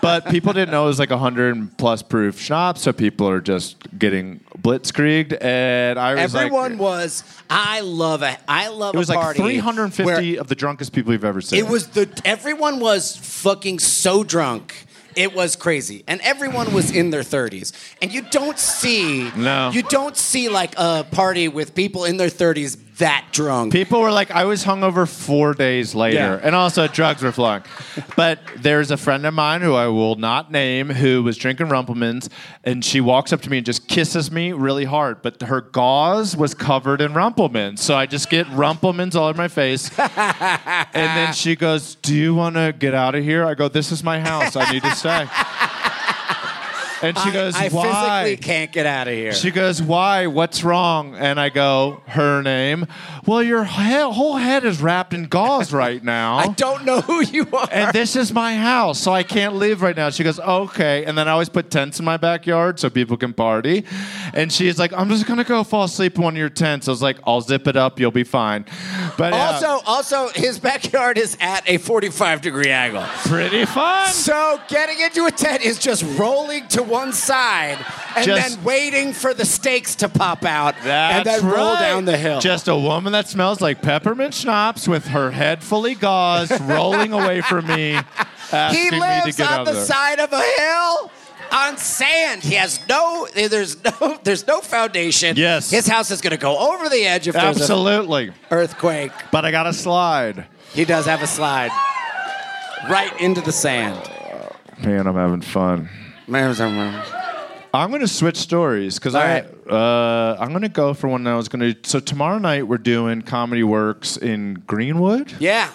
[SPEAKER 3] But people didn't know it was like a hundred plus proof shop, so people are just getting blitzkrieged. And I was
[SPEAKER 2] Everyone
[SPEAKER 3] like,
[SPEAKER 2] was I love a I love
[SPEAKER 3] it was
[SPEAKER 2] a
[SPEAKER 3] like
[SPEAKER 2] party.
[SPEAKER 3] 350
[SPEAKER 2] where
[SPEAKER 3] of the drunkest people you've ever seen.
[SPEAKER 2] It was the everyone was fucking so drunk. It was crazy, and everyone was in their 30s. And you don't see,
[SPEAKER 3] No.
[SPEAKER 2] you don't see like a party with people in their 30s that drunk.
[SPEAKER 3] People were like, I was hungover four days later,
[SPEAKER 2] Yeah.
[SPEAKER 3] and also drugs were flowing. But there's a friend of mine who I will not name who was drinking Rumplemans, and she walks up to me and just kisses me really hard. But her gauze was covered in Rumplemans, so I just get Rumplemans all over
[SPEAKER 2] [laughs]
[SPEAKER 3] my face. and then she goes, "Do you want to get out of here?" I go, "This is my house. I need to
[SPEAKER 2] [laughs]
[SPEAKER 3] stay." And she
[SPEAKER 2] I-
[SPEAKER 3] goes,
[SPEAKER 2] I,
[SPEAKER 3] "Why?"
[SPEAKER 2] physically can't get out of here.
[SPEAKER 3] She goes, Why? What's wrong? And I go, Her name. Well, your he- whole head is wrapped in gauze right
[SPEAKER 2] [laughs]
[SPEAKER 3] now.
[SPEAKER 2] I don't know who you are.
[SPEAKER 3] and this is my house, so I can't leave right now. She goes, Okay. And then I always put tents in my backyard so people can party. And she's like, I'm just going to go fall asleep in one of your tents. I was like, I'll zip it up. You'll be fine. But uh, yeah,
[SPEAKER 2] also, also, his backyard is at a 45 degree angle.
[SPEAKER 3] pretty fun.
[SPEAKER 2] So getting into a tent is just rolling to one side and
[SPEAKER 3] Just-
[SPEAKER 2] then waiting for the stakes to pop out and
[SPEAKER 3] That's
[SPEAKER 2] then roll
[SPEAKER 3] right.
[SPEAKER 2] down the hill.
[SPEAKER 3] Just a woman that smells like peppermint schnapps with her head
[SPEAKER 2] [laughs]
[SPEAKER 3] fully gauzed, rolling away from me.
[SPEAKER 2] he
[SPEAKER 3] asking me to
[SPEAKER 2] lives
[SPEAKER 3] get out
[SPEAKER 2] on
[SPEAKER 3] of
[SPEAKER 2] the
[SPEAKER 3] there.
[SPEAKER 2] side of a hill on sand. He has no there's no [laughs] there's no foundation.
[SPEAKER 3] Yes.
[SPEAKER 2] His house is gonna go over the edge if there's an
[SPEAKER 3] Absolutely.
[SPEAKER 2] earthquake.
[SPEAKER 3] But I got a slide.
[SPEAKER 2] He does have a slide. Right into the sand.
[SPEAKER 3] Man, I'm having fun. I'm gonna switch stories because
[SPEAKER 2] All
[SPEAKER 3] I uh, I'm gonna go for one that I was gonna. So tomorrow night we're doing Comedy Works in Greenwood.
[SPEAKER 2] Yeah.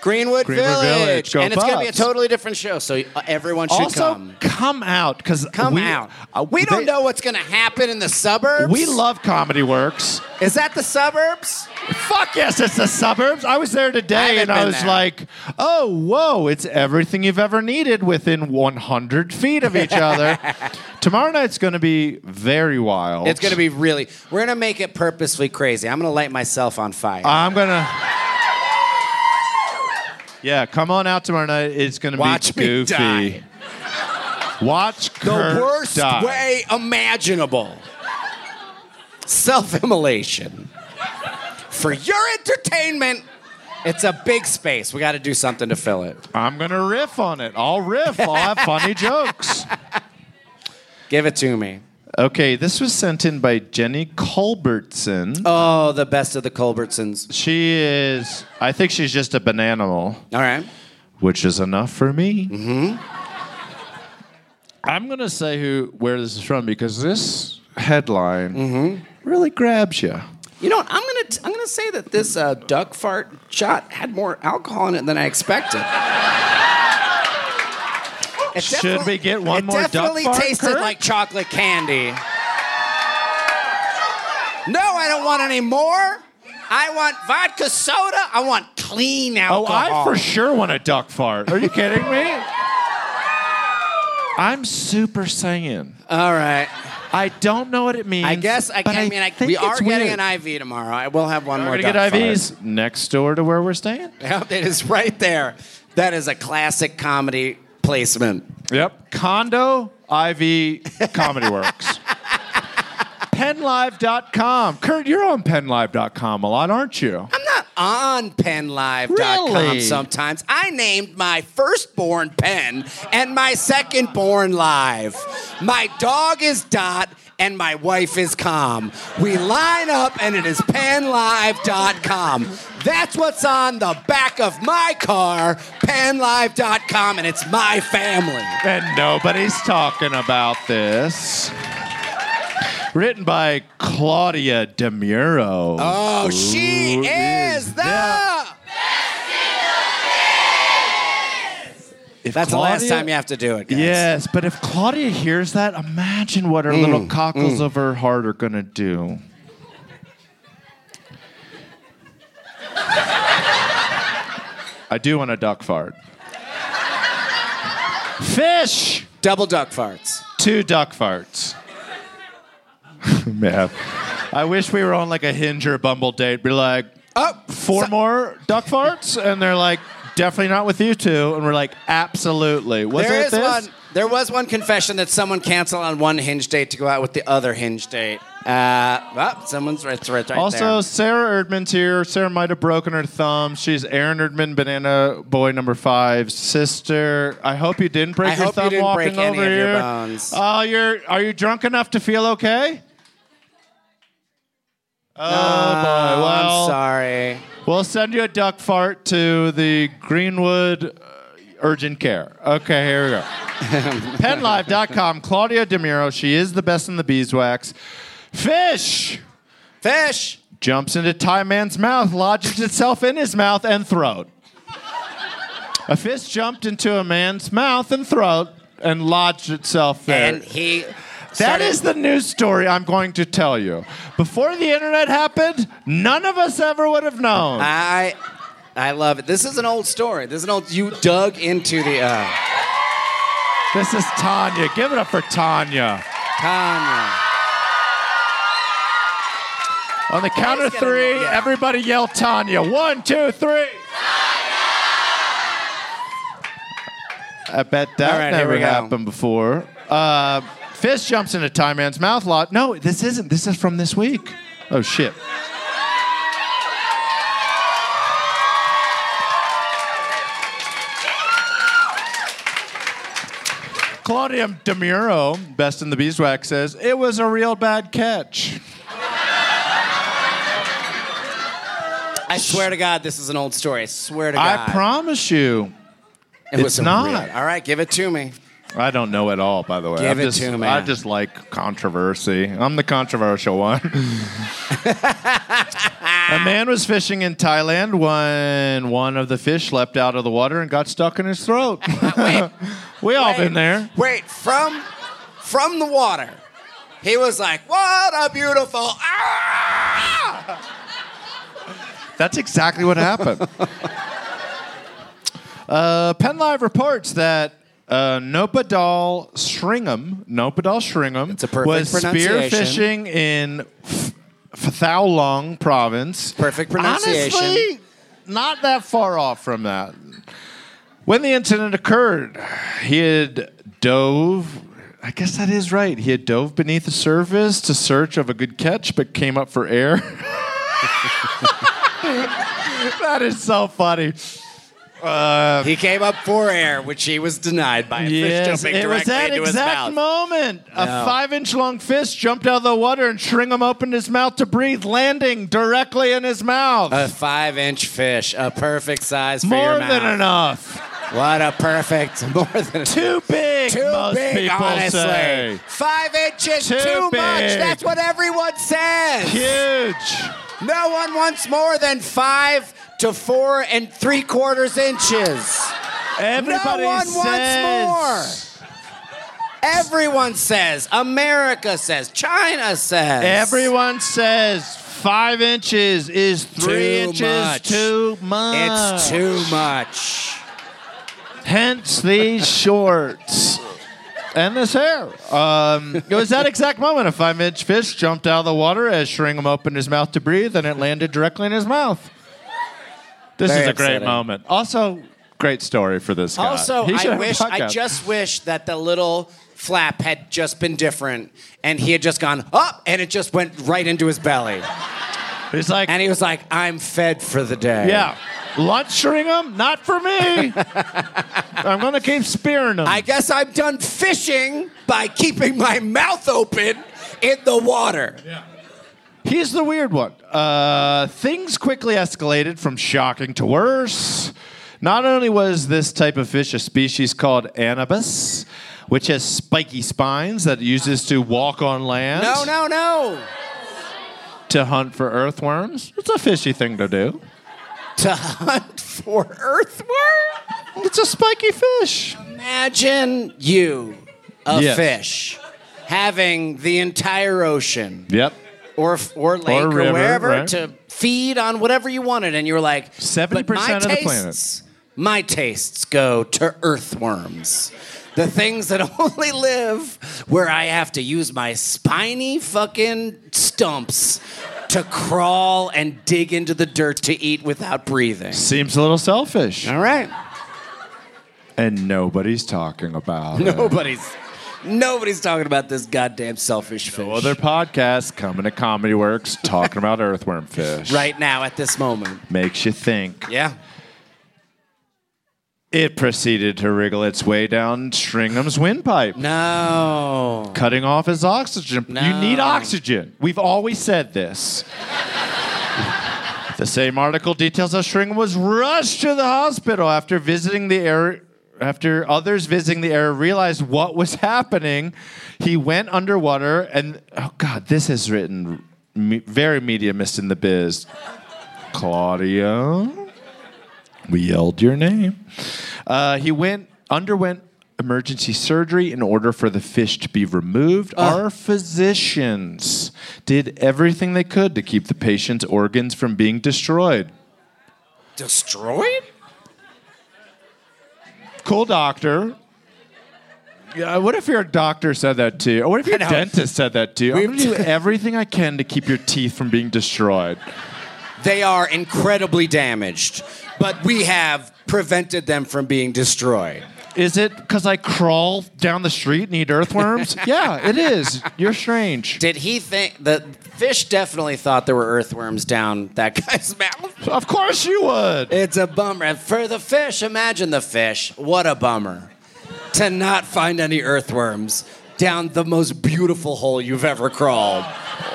[SPEAKER 2] Greenwood,
[SPEAKER 3] Greenwood
[SPEAKER 2] Village.
[SPEAKER 3] Village. Go
[SPEAKER 2] and it's going to be a
[SPEAKER 3] Bucks.
[SPEAKER 2] totally different show, so uh, everyone should
[SPEAKER 3] also,
[SPEAKER 2] come.
[SPEAKER 3] out because
[SPEAKER 2] Come out. we don't know what's going to happen in the suburbs.
[SPEAKER 3] We love Comedy Works.
[SPEAKER 2] Is that the suburbs?
[SPEAKER 3] Fuck yes, it's the suburbs. I was there
[SPEAKER 2] I
[SPEAKER 3] today
[SPEAKER 2] haven't
[SPEAKER 3] and I
[SPEAKER 2] been
[SPEAKER 3] was
[SPEAKER 2] there.
[SPEAKER 3] like, oh, whoa, it's everything you've ever needed within 100 feet of
[SPEAKER 2] [laughs]
[SPEAKER 3] each other. Tomorrow night's going to be very wild.
[SPEAKER 2] It's going to be really. We're going to make it purposely crazy. I'm going to light myself on fire.
[SPEAKER 3] I'm gonna. Yeah, come on out tomorrow night. It's gonna
[SPEAKER 2] Watch
[SPEAKER 3] be
[SPEAKER 2] me
[SPEAKER 3] goofy.
[SPEAKER 2] die.
[SPEAKER 3] Watch
[SPEAKER 2] the
[SPEAKER 3] Kurt
[SPEAKER 2] worst
[SPEAKER 3] die.
[SPEAKER 2] way imaginable. Self-immolation. For your entertainment, it's a big space. We got to do something to fill it.
[SPEAKER 3] I'm gonna riff on it. I'll riff. I'll
[SPEAKER 2] [laughs]
[SPEAKER 3] have funny jokes.
[SPEAKER 2] Give it to me.
[SPEAKER 3] Okay, this was sent in by Jenny Culbertson.
[SPEAKER 2] Oh, the best of the Culbertsons.
[SPEAKER 3] She is. I think she's just a bananimal,
[SPEAKER 2] All right.
[SPEAKER 3] which is enough for me. Mm-hmm. I'm gonna say who where this is from because this headline really grabs you.
[SPEAKER 2] You know what? I'm gonna t- I'm gonna say that this uh, duck fart shot had more alcohol in it than I
[SPEAKER 3] [laughs]
[SPEAKER 2] expected. It
[SPEAKER 3] Should
[SPEAKER 2] definitely-
[SPEAKER 3] we get one
[SPEAKER 2] it
[SPEAKER 3] more duck
[SPEAKER 2] definitely
[SPEAKER 3] fart,
[SPEAKER 2] tasted
[SPEAKER 3] Kurt?
[SPEAKER 2] like chocolate candy. No, I don't want any more. I want vodka soda. I want clean
[SPEAKER 3] Oh,
[SPEAKER 2] alcohol.
[SPEAKER 3] I for sure want a duck fart. Are you kidding me? I'm super saiyan.
[SPEAKER 2] All right.
[SPEAKER 3] I don't know what it means.
[SPEAKER 2] I guess I
[SPEAKER 3] but
[SPEAKER 2] can. I mean, I,
[SPEAKER 3] think
[SPEAKER 2] we are
[SPEAKER 3] it's
[SPEAKER 2] getting
[SPEAKER 3] weird.
[SPEAKER 2] an IV tomorrow. I will have one
[SPEAKER 3] We're
[SPEAKER 2] more.
[SPEAKER 3] gonna get
[SPEAKER 2] duck fart. [laughs]
[SPEAKER 3] IVs next door to where we're staying.
[SPEAKER 2] Yep, it is right there. That is a classic comedy placement.
[SPEAKER 3] Yep. Condo IV Comedy Works. Penlive.com. Kurt, you're on penlive.com a lot, aren't you?
[SPEAKER 2] I'm not on penlive.com
[SPEAKER 3] Really?
[SPEAKER 2] sometimes. I named my firstborn Pen and my secondborn Live. My dog is Dot and my wife is Calm. We line up and it is penlive.com. That's what's on the back of my car, penlive.com, and it's my family.
[SPEAKER 3] And nobody's talking about this. Written by Claudia DeMuro.
[SPEAKER 2] Oh, she
[SPEAKER 3] Who
[SPEAKER 2] is the.
[SPEAKER 3] If
[SPEAKER 2] That's the last
[SPEAKER 3] Claudia-
[SPEAKER 2] time you have to do it, guys.
[SPEAKER 3] Yes, but if Claudia hears that, imagine what her
[SPEAKER 2] Mm,
[SPEAKER 3] little cockles of her heart are gonna do. I do want a duck fart. Fish!
[SPEAKER 2] Double duck farts.
[SPEAKER 3] Two duck farts. [laughs] Man. I wish we were on like a hinge or bumble date. Be like,
[SPEAKER 2] Oh,
[SPEAKER 3] four more duck farts? And they're like, definitely not with you two. And we're like, absolutely. Was
[SPEAKER 2] There
[SPEAKER 3] it
[SPEAKER 2] is
[SPEAKER 3] this?
[SPEAKER 2] one. There was one confession that someone canceled on one hinge date to go out with the other hinge date. Uh, oh, someone's right, it's right, right
[SPEAKER 3] also, Sarah Erdman's here. Sarah might have broken her thumb. She's Aaron Erdman, Banana Boy number five's sister. I hope you didn't break
[SPEAKER 2] I
[SPEAKER 3] your
[SPEAKER 2] hope you
[SPEAKER 3] thumb
[SPEAKER 2] didn't
[SPEAKER 3] walking
[SPEAKER 2] break any
[SPEAKER 3] over
[SPEAKER 2] of your
[SPEAKER 3] here.
[SPEAKER 2] bones.
[SPEAKER 3] Oh, you're are you drunk enough to feel okay? Oh
[SPEAKER 2] there.
[SPEAKER 3] boy.
[SPEAKER 2] Oh,
[SPEAKER 3] Well,
[SPEAKER 2] I'm sorry.
[SPEAKER 3] We'll send you a duck fart to the Greenwood uh, Urgent Care. Okay, here we go. PenLive.com, Claudia DeMuro. She is the best in the beeswax. Fish
[SPEAKER 2] Fish.
[SPEAKER 3] jumps into Thai man's mouth, lodges itself in his mouth and throat. A fish jumped into a man's mouth and throat and lodged itself there.
[SPEAKER 2] And he.
[SPEAKER 3] That
[SPEAKER 2] started-
[SPEAKER 3] is the news story I'm going to tell you. Before the internet happened, none of us ever would have known.
[SPEAKER 2] I. I love it. This is an old story. This is an old. You dug into the. Uh,
[SPEAKER 3] This is Tanya. Give it up for Tanya.
[SPEAKER 2] Tanya.
[SPEAKER 3] On the count of
[SPEAKER 2] get
[SPEAKER 3] three,
[SPEAKER 2] annoyed.
[SPEAKER 3] everybody yell Tanya. One, two, three. I bet that
[SPEAKER 2] All right, here
[SPEAKER 3] never
[SPEAKER 2] we go.
[SPEAKER 3] happened before. Uh, fish jumps into Time Man's mouth lot. No, this isn't. This is from this week. Oh, shit. Claudia DeMuro, best in the beeswax, says, It was a real bad catch.
[SPEAKER 2] I swear to God, this is an old story. I swear to God.
[SPEAKER 3] I promise you,
[SPEAKER 2] It was
[SPEAKER 3] it's
[SPEAKER 2] a
[SPEAKER 3] not.
[SPEAKER 2] real- All right, give it to me.
[SPEAKER 3] I don't know at all. By the way,
[SPEAKER 2] Give
[SPEAKER 3] I'm
[SPEAKER 2] it
[SPEAKER 3] just,
[SPEAKER 2] to me.
[SPEAKER 3] I just like controversy. I'm the controversial one.
[SPEAKER 2] [laughs]
[SPEAKER 3] A man was fishing in Thailand when one of the fish leapt out of the water and got stuck in his throat.
[SPEAKER 2] [laughs]
[SPEAKER 3] [laughs] we all been there.
[SPEAKER 2] Wait, from from the water. He was like, "What a beautiful!" Ah!
[SPEAKER 3] That's exactly
[SPEAKER 2] [laughs]
[SPEAKER 3] what happened. uh, Penn Live reports that uh, Nopadal Shringham, Nopadal Shringham,
[SPEAKER 2] It's a perfect
[SPEAKER 3] was
[SPEAKER 2] pronunciation.
[SPEAKER 3] spearfishing in F- Phthao Long province.
[SPEAKER 2] Perfect pronunciation.
[SPEAKER 3] Honestly, not that far off from that. When the incident occurred, he had dove. I guess that is right. He had dove beneath the surface to search of a good catch, but came up for air. [laughs] that is so funny.
[SPEAKER 2] He came up for air, which he was denied by a
[SPEAKER 3] Yes,
[SPEAKER 2] fish jumping
[SPEAKER 3] it was
[SPEAKER 2] directly
[SPEAKER 3] that
[SPEAKER 2] into his
[SPEAKER 3] exact
[SPEAKER 2] mouth.
[SPEAKER 3] moment. A
[SPEAKER 2] No.
[SPEAKER 3] five-inch long fish jumped out of the water, and Shringham opened his mouth to breathe, landing directly in his mouth.
[SPEAKER 2] a five-inch fish, a perfect size for
[SPEAKER 3] More
[SPEAKER 2] your
[SPEAKER 3] than
[SPEAKER 2] mouth.
[SPEAKER 3] enough.
[SPEAKER 2] What a perfect, [laughs] more than
[SPEAKER 3] Too big.
[SPEAKER 2] Too
[SPEAKER 3] most
[SPEAKER 2] big,
[SPEAKER 3] people
[SPEAKER 2] honestly.
[SPEAKER 3] say.
[SPEAKER 2] Five inches,
[SPEAKER 3] Too
[SPEAKER 2] too, much.
[SPEAKER 3] big.
[SPEAKER 2] That's what everyone says.
[SPEAKER 3] Huge.
[SPEAKER 2] No one wants more than five to four and three quarters inches.
[SPEAKER 3] Everybody
[SPEAKER 2] no one
[SPEAKER 3] says.
[SPEAKER 2] wants more. Everyone says. America says. China says.
[SPEAKER 3] Everyone says five inches is three
[SPEAKER 2] Too
[SPEAKER 3] inches
[SPEAKER 2] much.
[SPEAKER 3] too much.
[SPEAKER 2] It's too much.
[SPEAKER 3] Hence these shorts and this hair. Um, it was that exact moment a five inch fish jumped out of the water as Shringham opened his mouth to breathe and it landed directly in his mouth. This
[SPEAKER 2] Very
[SPEAKER 3] is a great
[SPEAKER 2] upsetting.
[SPEAKER 3] moment. Also, great story for this guy.
[SPEAKER 2] Also,
[SPEAKER 3] He should
[SPEAKER 2] I
[SPEAKER 3] have a
[SPEAKER 2] wish I
[SPEAKER 3] podcast.
[SPEAKER 2] just wish that the little flap had just been different and he had just gone up and it just went right into his belly.
[SPEAKER 3] He's like,
[SPEAKER 2] And he was like, I'm fed for the day.
[SPEAKER 3] yeah. Lunch Shringham? Not for
[SPEAKER 2] [laughs]
[SPEAKER 3] me. I'm going to keep spearing him.
[SPEAKER 2] I guess I'm done fishing by keeping my mouth open in the water.
[SPEAKER 3] He's the weird one. Uh, things quickly escalated from shocking to worse. Not only was this type of fish a species called anubis, which has spiky spines that it uses to walk on land
[SPEAKER 2] No, no, no.
[SPEAKER 3] to hunt for earthworms. It's a fishy thing to do.
[SPEAKER 2] To hunt for earthworm?
[SPEAKER 3] It's a spiky fish.
[SPEAKER 2] Imagine you, a
[SPEAKER 3] Yes.
[SPEAKER 2] fish, having the entire ocean
[SPEAKER 3] Yep.
[SPEAKER 2] or or lake or,
[SPEAKER 3] river,
[SPEAKER 2] wherever
[SPEAKER 3] right.
[SPEAKER 2] to feed on whatever you wanted, and you were like,
[SPEAKER 3] 70%
[SPEAKER 2] "But my
[SPEAKER 3] of the planet."
[SPEAKER 2] tastes, My tastes go to earthworms, the things that [laughs] only live where I have to use my spiny fucking stumps to crawl and dig into the dirt to eat without breathing."
[SPEAKER 3] Seems a little selfish.
[SPEAKER 2] All right, [laughs]
[SPEAKER 3] And nobody's talking about it.
[SPEAKER 2] nobody's. Nobody's talking about this goddamn selfish fish
[SPEAKER 3] Other podcasts coming to Comedy Works talking about earthworm fish.
[SPEAKER 2] right now at this moment.
[SPEAKER 3] Makes you think.
[SPEAKER 2] Yeah.
[SPEAKER 3] It proceeded to wriggle its way down Stringham's windpipe,
[SPEAKER 2] No.
[SPEAKER 3] cutting off his oxygen. You
[SPEAKER 2] No.
[SPEAKER 3] need oxygen. We've always said this. [laughs] the same article details how Stringham was rushed to the hospital after visiting the air. After others visiting the area realized what was happening, he went underwater and oh god, this is written me, very mediumist in the biz. Claudia. We yelled your name. Uh, he went underwent emergency surgery in order for the fish to be removed. Our physicians did everything they could to keep the patient's organs from being destroyed.
[SPEAKER 2] Destroyed?
[SPEAKER 3] Cool doctor. Yeah, what if your doctor said that to you? Or what if your
[SPEAKER 2] know.
[SPEAKER 3] dentist said that to you? I'm
[SPEAKER 2] We've-
[SPEAKER 3] going to do everything I can to keep your teeth from being destroyed.
[SPEAKER 2] They are incredibly damaged, but we have prevented them from being destroyed.
[SPEAKER 3] Is it because I crawl down the street and eat earthworms? yeah, it is. You're strange.
[SPEAKER 2] Did he think the fish definitely thought there were earthworms down that guy's mouth?
[SPEAKER 3] Of course you would.
[SPEAKER 2] It's a bummer. And for the fish, imagine the fish. What a bummer to not find any earthworms down the most beautiful hole you've ever crawled.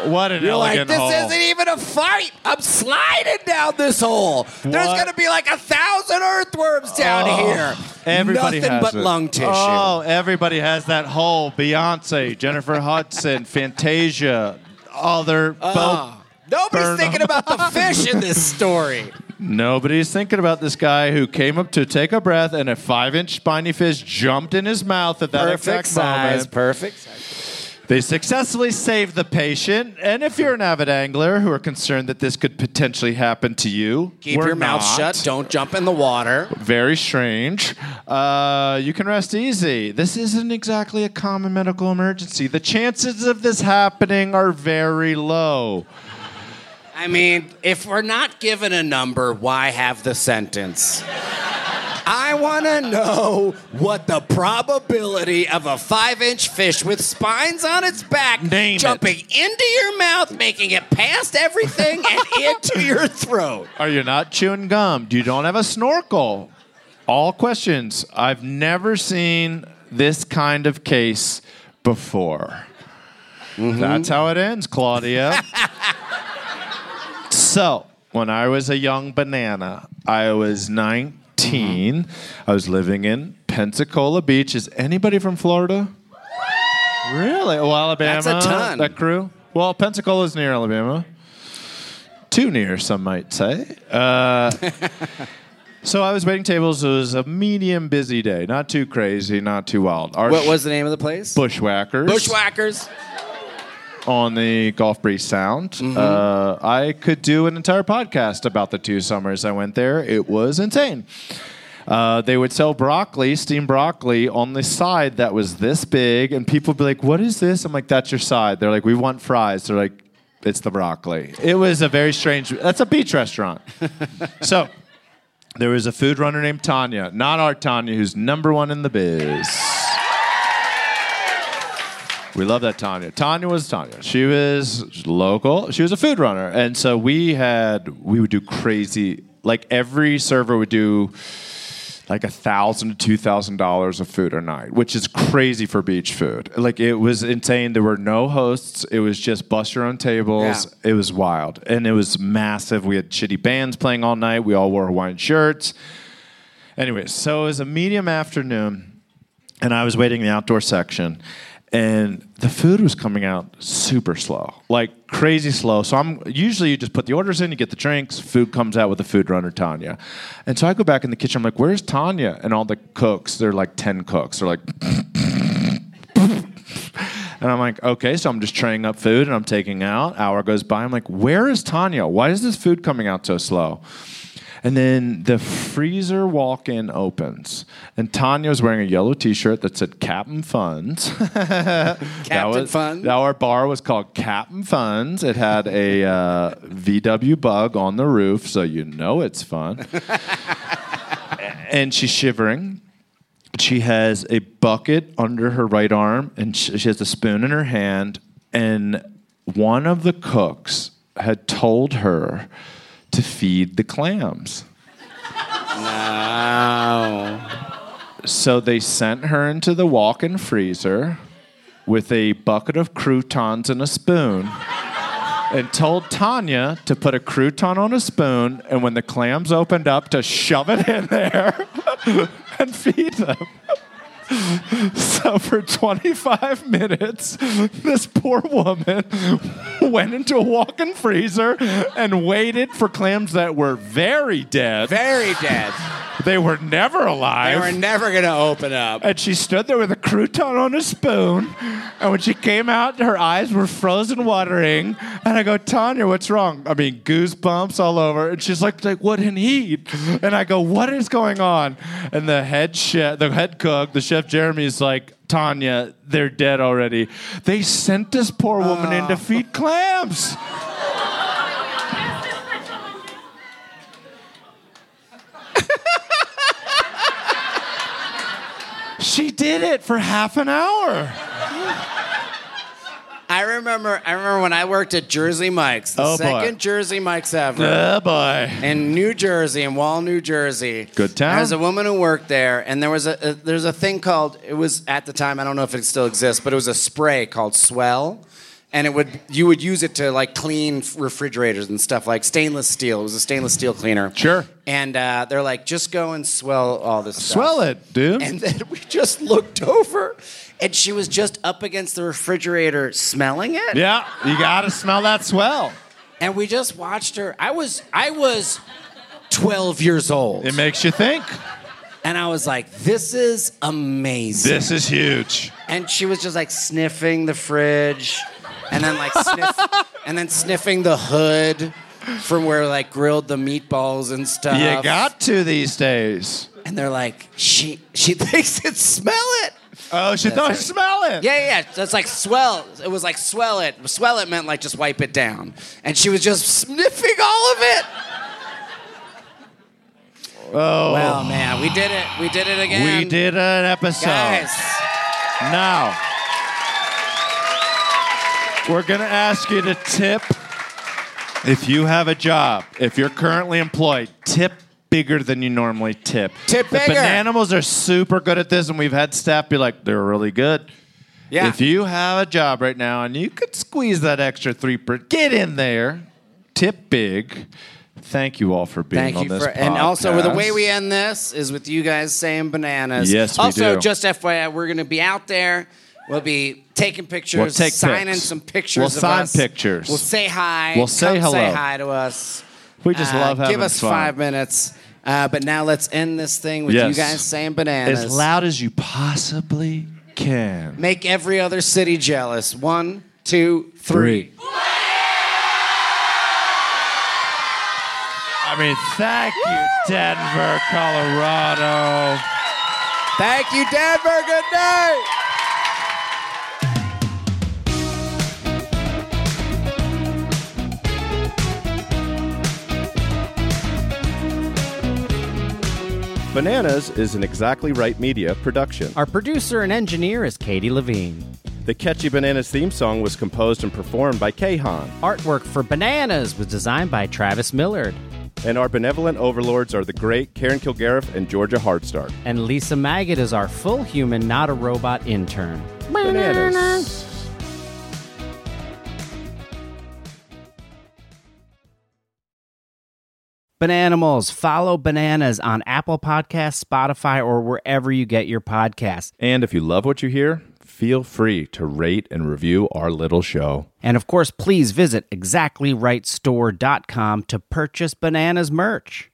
[SPEAKER 3] What an
[SPEAKER 2] You're like,
[SPEAKER 3] elegant
[SPEAKER 2] this
[SPEAKER 3] hole.
[SPEAKER 2] isn't even a fight. I'm sliding down this hole. There's
[SPEAKER 3] What? Oh,
[SPEAKER 2] going to be like a thousand earthworms down here.
[SPEAKER 3] Everybody
[SPEAKER 2] Nothing
[SPEAKER 3] has
[SPEAKER 2] but
[SPEAKER 3] it.
[SPEAKER 2] lung tissue.
[SPEAKER 3] Oh, everybody has that hole. Beyonce, Jennifer Hudson, [laughs] Fantasia, other
[SPEAKER 2] Ah.
[SPEAKER 3] Bo-
[SPEAKER 2] Nobody's
[SPEAKER 3] Burn
[SPEAKER 2] thinking about the fish in this
[SPEAKER 3] [laughs]
[SPEAKER 2] story.
[SPEAKER 3] Nobody's thinking about this guy who came up to take a breath and a five-inch spiny fish jumped in his mouth at that exact moment.
[SPEAKER 2] Perfect size.
[SPEAKER 3] They successfully saved the patient. And if you're an avid angler who are concerned that this could potentially happen to you,
[SPEAKER 2] Keep
[SPEAKER 3] we're
[SPEAKER 2] your mouth
[SPEAKER 3] not.
[SPEAKER 2] shut. Don't jump in the water.
[SPEAKER 3] Very strange. Uh, you can rest easy. This isn't exactly a common medical emergency. The chances of this happening are very low.
[SPEAKER 2] I mean, if we're not given a number, why have the sentence? I want to know what the probability of a five inch fish with spines on its back
[SPEAKER 3] Name it.
[SPEAKER 2] jumping into your mouth, making it past everything [laughs] and into your throat.
[SPEAKER 3] Are you not chewing gum? You don't have a snorkel. All questions. I've never seen this kind of case before. That's how it ends, [laughs] Claudia. so, when I was a young banana, I was 19. I was living in Pensacola Beach. Is anybody from Florida? Really? Oh, Alabama?
[SPEAKER 2] ton.
[SPEAKER 3] That crew? Well, Pensacola's near Alabama. Too near, some might say. So I was waiting tables. It was a medium busy day. Not too crazy, not too wild. Our
[SPEAKER 2] the name of the place?
[SPEAKER 3] Bushwhackers
[SPEAKER 2] Bushwhackers.
[SPEAKER 3] on the Gulf Breeze Sound. Uh, I could do an entire podcast about the two summers I went there. It was insane. Uh, they would sell broccoli, steamed broccoli, on the side that was this big, and people would be like, "What is this?" I'm like, "That's your side." They're like, "We want fries." They're like, "It's the broccoli." It was a very strange. That's a beach restaurant. so. There was a food runner named Tanya, not our Tanya, who's number one in the biz. We love that Tanya. Tanya was Tanya. She was local. She was a food runner, and so we had we would do crazy. Like every server would do like a thousand to two thousand dollars of food a night, which is crazy for beach food. Like it was insane. There were no hosts. It was just bust your own tables.
[SPEAKER 2] Yeah.
[SPEAKER 3] It was wild, and it was massive. We had shitty bands playing all night. We all wore Hawaiian shirts. Anyways, so it was a medium afternoon, and I was waiting in the outdoor section, and the food was coming out super slow, like crazy slow. So I'm usually you just put the orders in, you get the drinks, food comes out with the food runner Tanya, and so I go back in the kitchen. I'm like, "Where's Tanya?" And all the cooks, they're like ten cooks, they're like. [clears throat] And I'm like, okay, so I'm just traying up food and I'm taking out. Hour goes by. I'm like, where is Tanya? Why is this food coming out so slow? And then the freezer walk in opens, and Tanya was wearing a yellow t shirt that said Captain Funds. [laughs]
[SPEAKER 2] Captain
[SPEAKER 3] was,
[SPEAKER 2] Fun?
[SPEAKER 3] Now our bar was called Captain Funds. It had a uh, VW bug on the roof, so you know it's fun. and she's shivering. she has a bucket under her right arm and sh- she has a spoon in her hand and one of the cooks had told her to feed the clams
[SPEAKER 2] Oh.
[SPEAKER 3] so they sent her into the walk-in freezer with a bucket of croutons and a spoon and told tanya to put a crouton on a spoon and when the clams opened up to shove it in there [laughs] and feed them so for 25 minutes, this poor woman went into a walk-in freezer and waited for clams that were very dead.
[SPEAKER 2] Very dead.
[SPEAKER 3] They were never
[SPEAKER 2] They
[SPEAKER 3] alive.
[SPEAKER 2] were never going to open up.
[SPEAKER 3] And she stood there with a crouton on a spoon. And when she came out, her eyes were frozen watering. And I go, Tanya, what's wrong? I mean, goosebumps all over. And she's like, like what did he eat? And I go, what is going on? And the head chef, the head cook, the chef Jeremy is like, Tanya, they're dead already. They sent this poor woman in to feed clams. She did it for half an hour.
[SPEAKER 2] I remember I remember when I worked at Jersey Mike's, the
[SPEAKER 3] Oh, boy.
[SPEAKER 2] second Jersey Mike's ever.
[SPEAKER 3] Oh boy.
[SPEAKER 2] in New Jersey, in Wall, New Jersey.
[SPEAKER 3] Good town.
[SPEAKER 2] There was a woman who worked there, and there was a, a there's a thing called it was at the time I don't know if it still exists, but it was a spray called Swell, and it would you would use it to like clean refrigerators and stuff like stainless steel. It was a stainless steel cleaner.
[SPEAKER 3] Sure.
[SPEAKER 2] And uh, they're like, just go and swell all this. stuff."
[SPEAKER 3] Swell it, dude.
[SPEAKER 2] And then we just looked over, and she was just up against the refrigerator smelling it.
[SPEAKER 3] yeah, you gotta smell that swell.
[SPEAKER 2] And we just watched her. I was I was 12 years old.
[SPEAKER 3] It makes you think.
[SPEAKER 2] And I was like, this is amazing.
[SPEAKER 3] This is huge.
[SPEAKER 2] And she was just like sniffing the fridge and then like
[SPEAKER 3] [laughs]
[SPEAKER 2] sniff and then sniffing the hood from where like grilled the meatballs and stuff.
[SPEAKER 3] You got to these days.
[SPEAKER 2] and they're like, she she [laughs] thinks it smell it.
[SPEAKER 3] Oh, she thought
[SPEAKER 2] right.
[SPEAKER 3] smell it.
[SPEAKER 2] Yeah, yeah, yeah. That's like swell. It was like swell it. Swell it meant like just wipe it down. And she was just sniffing all of it.
[SPEAKER 3] Oh,
[SPEAKER 2] Well, man, we did it. We did it again.
[SPEAKER 3] we did an episode.
[SPEAKER 2] Guys.
[SPEAKER 3] Now, we're going to ask you to tip if you have a job, if you're currently employed, tip bigger than you normally tip.
[SPEAKER 2] Tip
[SPEAKER 3] the
[SPEAKER 2] bigger.
[SPEAKER 3] Bananimals are super good at this, and we've had staff be like, they're really good.
[SPEAKER 2] Yeah.
[SPEAKER 3] If you have a job right now and you could squeeze that extra three per, get in there, tip big. Thank you all for being
[SPEAKER 2] Thank
[SPEAKER 3] on
[SPEAKER 2] you
[SPEAKER 3] this
[SPEAKER 2] for, and also with the way
[SPEAKER 3] podcast.
[SPEAKER 2] we end this is with you guys saying bananas.
[SPEAKER 3] Yes, we
[SPEAKER 2] Also,
[SPEAKER 3] do.
[SPEAKER 2] just FYI, we're gonna be out there. We'll be taking pictures,
[SPEAKER 3] We'll take
[SPEAKER 2] signing
[SPEAKER 3] pics.
[SPEAKER 2] some pictures.
[SPEAKER 3] We'll
[SPEAKER 2] of
[SPEAKER 3] sign
[SPEAKER 2] us.
[SPEAKER 3] pictures.
[SPEAKER 2] We'll say hi.
[SPEAKER 3] We'll say
[SPEAKER 2] Come Say
[SPEAKER 3] hello.
[SPEAKER 2] hi to us.
[SPEAKER 3] We just
[SPEAKER 2] Uh,
[SPEAKER 3] love having
[SPEAKER 2] Give us
[SPEAKER 3] fun.
[SPEAKER 2] five minutes. Uh, but now let's end this thing with you
[SPEAKER 3] Yes.
[SPEAKER 2] guys saying bananas.
[SPEAKER 3] As loud as you possibly can.
[SPEAKER 2] Make every other city jealous. One, two, three.
[SPEAKER 3] I mean, thank you, Denver, Colorado.
[SPEAKER 2] Thank you, Denver. Good night.
[SPEAKER 6] Bananas is an Exactly Right Media production.
[SPEAKER 7] Our producer and engineer is Katie Levine.
[SPEAKER 6] The catchy Bananas theme song was composed and performed by Kahan,
[SPEAKER 7] Artwork for Bananas was designed by Travis Millard
[SPEAKER 6] and our benevolent overlords are the great Karen Kilgariff and Georgia Hardstark.
[SPEAKER 7] and Lisa Maggot is our full human, not a robot intern.
[SPEAKER 6] Bananas.
[SPEAKER 7] Bananimals, follow Bananas on Apple Podcasts, Spotify, or wherever you get your podcasts.
[SPEAKER 6] And if you love what you hear, feel free to rate and review our little show.
[SPEAKER 7] And of course, please visit exactlyrightstore.com to purchase Bananas merch.